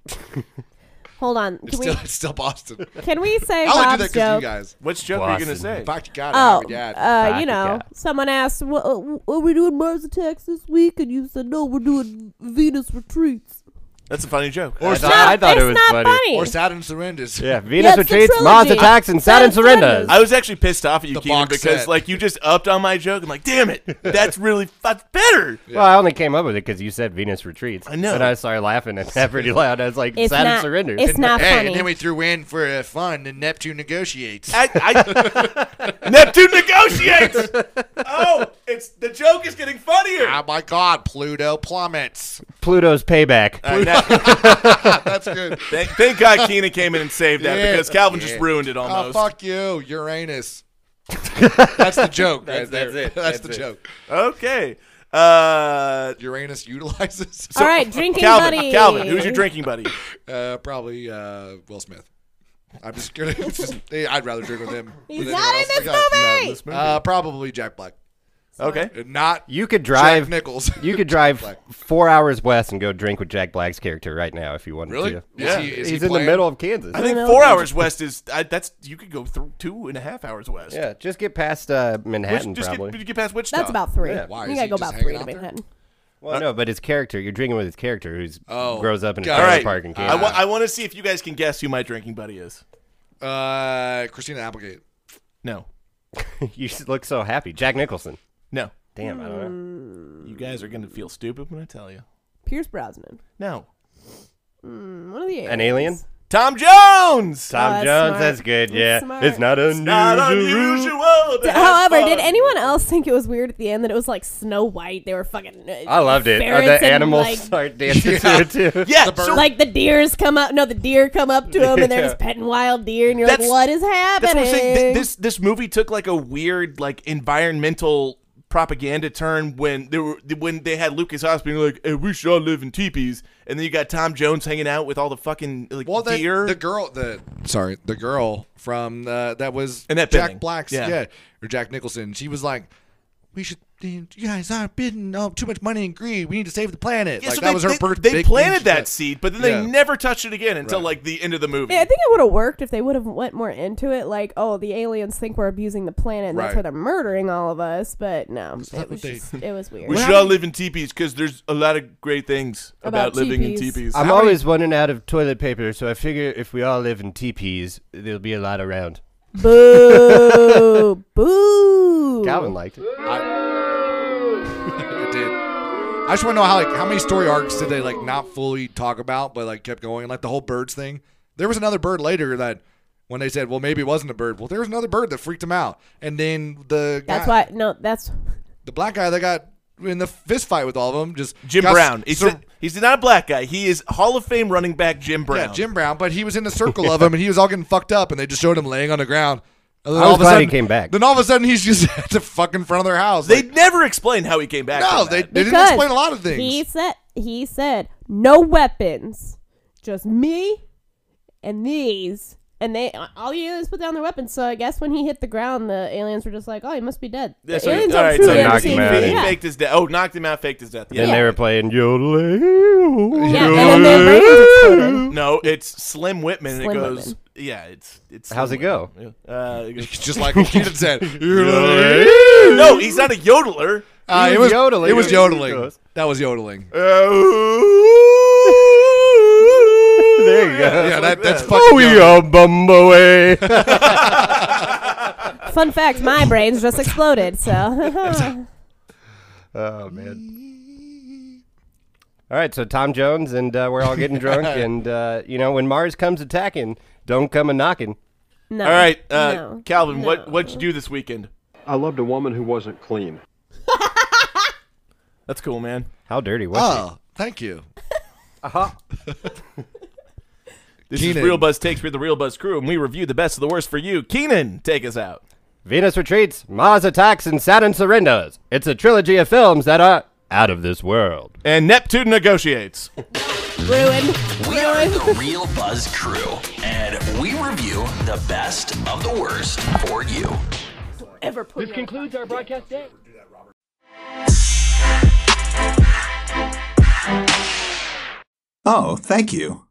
hold on, It's can we? still, it's still Boston. Can we say I only do that Bob's because you joke? guys. Which joke are you gonna Boston. say? Fuck, you got it. Oh, Happy dad. uh, you Back know, again. someone asked, "What uh, are we doing Mars attacks this week?" And you said, "No, we're doing Venus retreats." That's a funny joke. I Or thought, I thought it's it was not funny. funny. Or Saturn surrenders. Yeah, Venus it's the retreats, Mars trilogy. attacks, and Saturn Saturn surrenders. surrenders. I was actually pissed off at you, The Keenan, box because set. like you just upped on my joke. I'm like, damn it, that's really that's better. Well, I only came up with it because you said Venus retreats. I know. And I started laughing at that pretty loud. I was like, It's Saturn not- surrenders. it's not hey, funny. and then we threw in for uh, fun, and Neptune negotiates. I, I, Neptune negotiates. Oh, it's the joke is getting funnier. oh my God, Pluto plummets. Pluto's payback. All right, Ah, now- That's good. thank, thank God Keenan came in and saved that Yeah, because Calvin yeah. just ruined it Oh, almost. fuck you, Uranus. that's the joke. right That's- there. that's it. That's That's, the it. joke. Okay. Uh, Uranus utilizes All right, drinking Calvin, buddy. Calvin, who's your drinking buddy? uh, probably uh, Will Smith. I'm just gonna. it's just- I'd rather drink with him. He's than not anyone in else. this Because- movie! No, this movie. Uh, probably Jack Black. Okay. And Not You could Jack drive. Nichols. You could drive four hours west and go drink with Jack Black's character right now if you wanted Really? to. Yeah. Is he- is he He's in playing? the middle of Kansas. I think four hours west is I, that's you could go through two and a half hours west. yeah, just get past uh, Which, Manhattan just probably. get, get past Wichita. That's about three. Yeah. Why, you is gotta he go just about hanging three to out there? Manhattan. well, no, but his character. You're drinking with his character who's Oh, grows up in a God. trailer All right. park in I, Kansas. wa- I want to see if you guys can guess who my drinking buddy is. Uh, Christina Applegate. No, you should look so happy. Jack Nicholson. no. Damn, I don't know. You guys are gonna feel stupid when I tell you. Pierce Brosnan, No. Mm, one of the An alien? Tom Jones. Tom that's Jones, smart. that's good. That's Yeah, smart. it's not unusual. Not unusual. to have However, did fun. anyone else think it was weird at the end that it was like Snow White? They were fucking. uh, I loved it. Oh, ferrets the and, animals like, start dancing to it too. Yeah. The so like the deers come up. No, the deer come up to him, and they're Yeah. just petting wild deer, and you're That's- like, "What is happening?" that's what I'm saying. Th- this this movie took like a weird like environmental propaganda turn when they were when they had Lucas House being like, hey, "We should all live in teepees," and then you got Tom Jones hanging out with all the fucking like Well, the, deer. the girl, the sorry, the girl from uh, that was Annette Jack Bening. Black's, Yeah. yeah. or Jack Nicholson. She was like, "We should, you guys aren't bidding up too much money and greed. We need to save the planet." Yeah, like so that they, was her they- birth. they big planted thing. that seed, but then they Yeah. never touched it again until like the end of the movie. Yeah, I think it would have worked if they would have went more into it. Like, oh, the aliens think we're abusing the planet, and that's Right. why they're murdering all of us. But no, that it was what they- just, it was weird. we should all live in teepees because there's a lot of great things about, About living in teepees. teepees. I'm How always running out of toilet paper, so I figure if we all live in teepees, there'll be a lot around. Boo, boo. Calvin liked it. It did. I just want to know how like how many story arcs did they like not fully talk about, but like kept going. Like the whole birds thing. There was another bird later that when they said, "Well, maybe it wasn't a bird." Well, there was another bird that freaked him out, and then the guy, That's why. No, that's the black guy that got in the fist fight with all of them just Jim got Brown. He's, sur- he's not a black guy. He is Hall of Fame running back Jim Brown. Yeah, Jim Brown, but he was in the circle of him, and he was all getting fucked up, and they just showed him laying on the ground. And then I was all of a glad he sudden, came back. Then all of a sudden, he's just at the fucking front of their house. They Like, never explain how he came back. no, from they, that. they didn't because explain a lot of things. He said. He said no weapons, just me and these. And they all you do is put down their weapons. So I guess when he hit the ground, the aliens were just like, "Oh, he must be dead." That's the what he- aliens all are right, truly so knocked unseen him out. beings. He Yeah. faked his death. Oh, knocked him out, faked his death. Yeah. And they were playing yodeling. Yeah, and then their brains exploded. No, it's Slim Whitman. and Slim it goes, Whitman. yeah, it's it's. How's it go? Uh, it goes- Just like what Keenan said. no, he's not a yodeler. Uh, He's it was yodeling. It was yodeling. Gross. That was yodeling. There you go. Yeah, that, that's fucking. Oh, we yodeling. are Bumbaway. Fun fact: my brain's just exploded. So oh man. All right, so Tom Jones and uh, we're all getting drunk, and uh, you know when Mars comes attacking, don't come a knocking. No. All right, uh, Calvin, what what'd you do this weekend? I loved a woman who wasn't clean. That's cool, man. How dirty was she? Oh, thank you. Uh-huh. This Keenan. is Real Buzz Takes. We're the Real Buzz crew, and we review the best of the worst for you. Keenan, take us out. Venus retreats, Mars attacks, and Saturn surrenders. It's a trilogy of films that are out of this world. And Neptune negotiates. ruined. We are the Real Buzz crew, and we review the best of the worst for you. This concludes our broadcast day. Oh, thank you.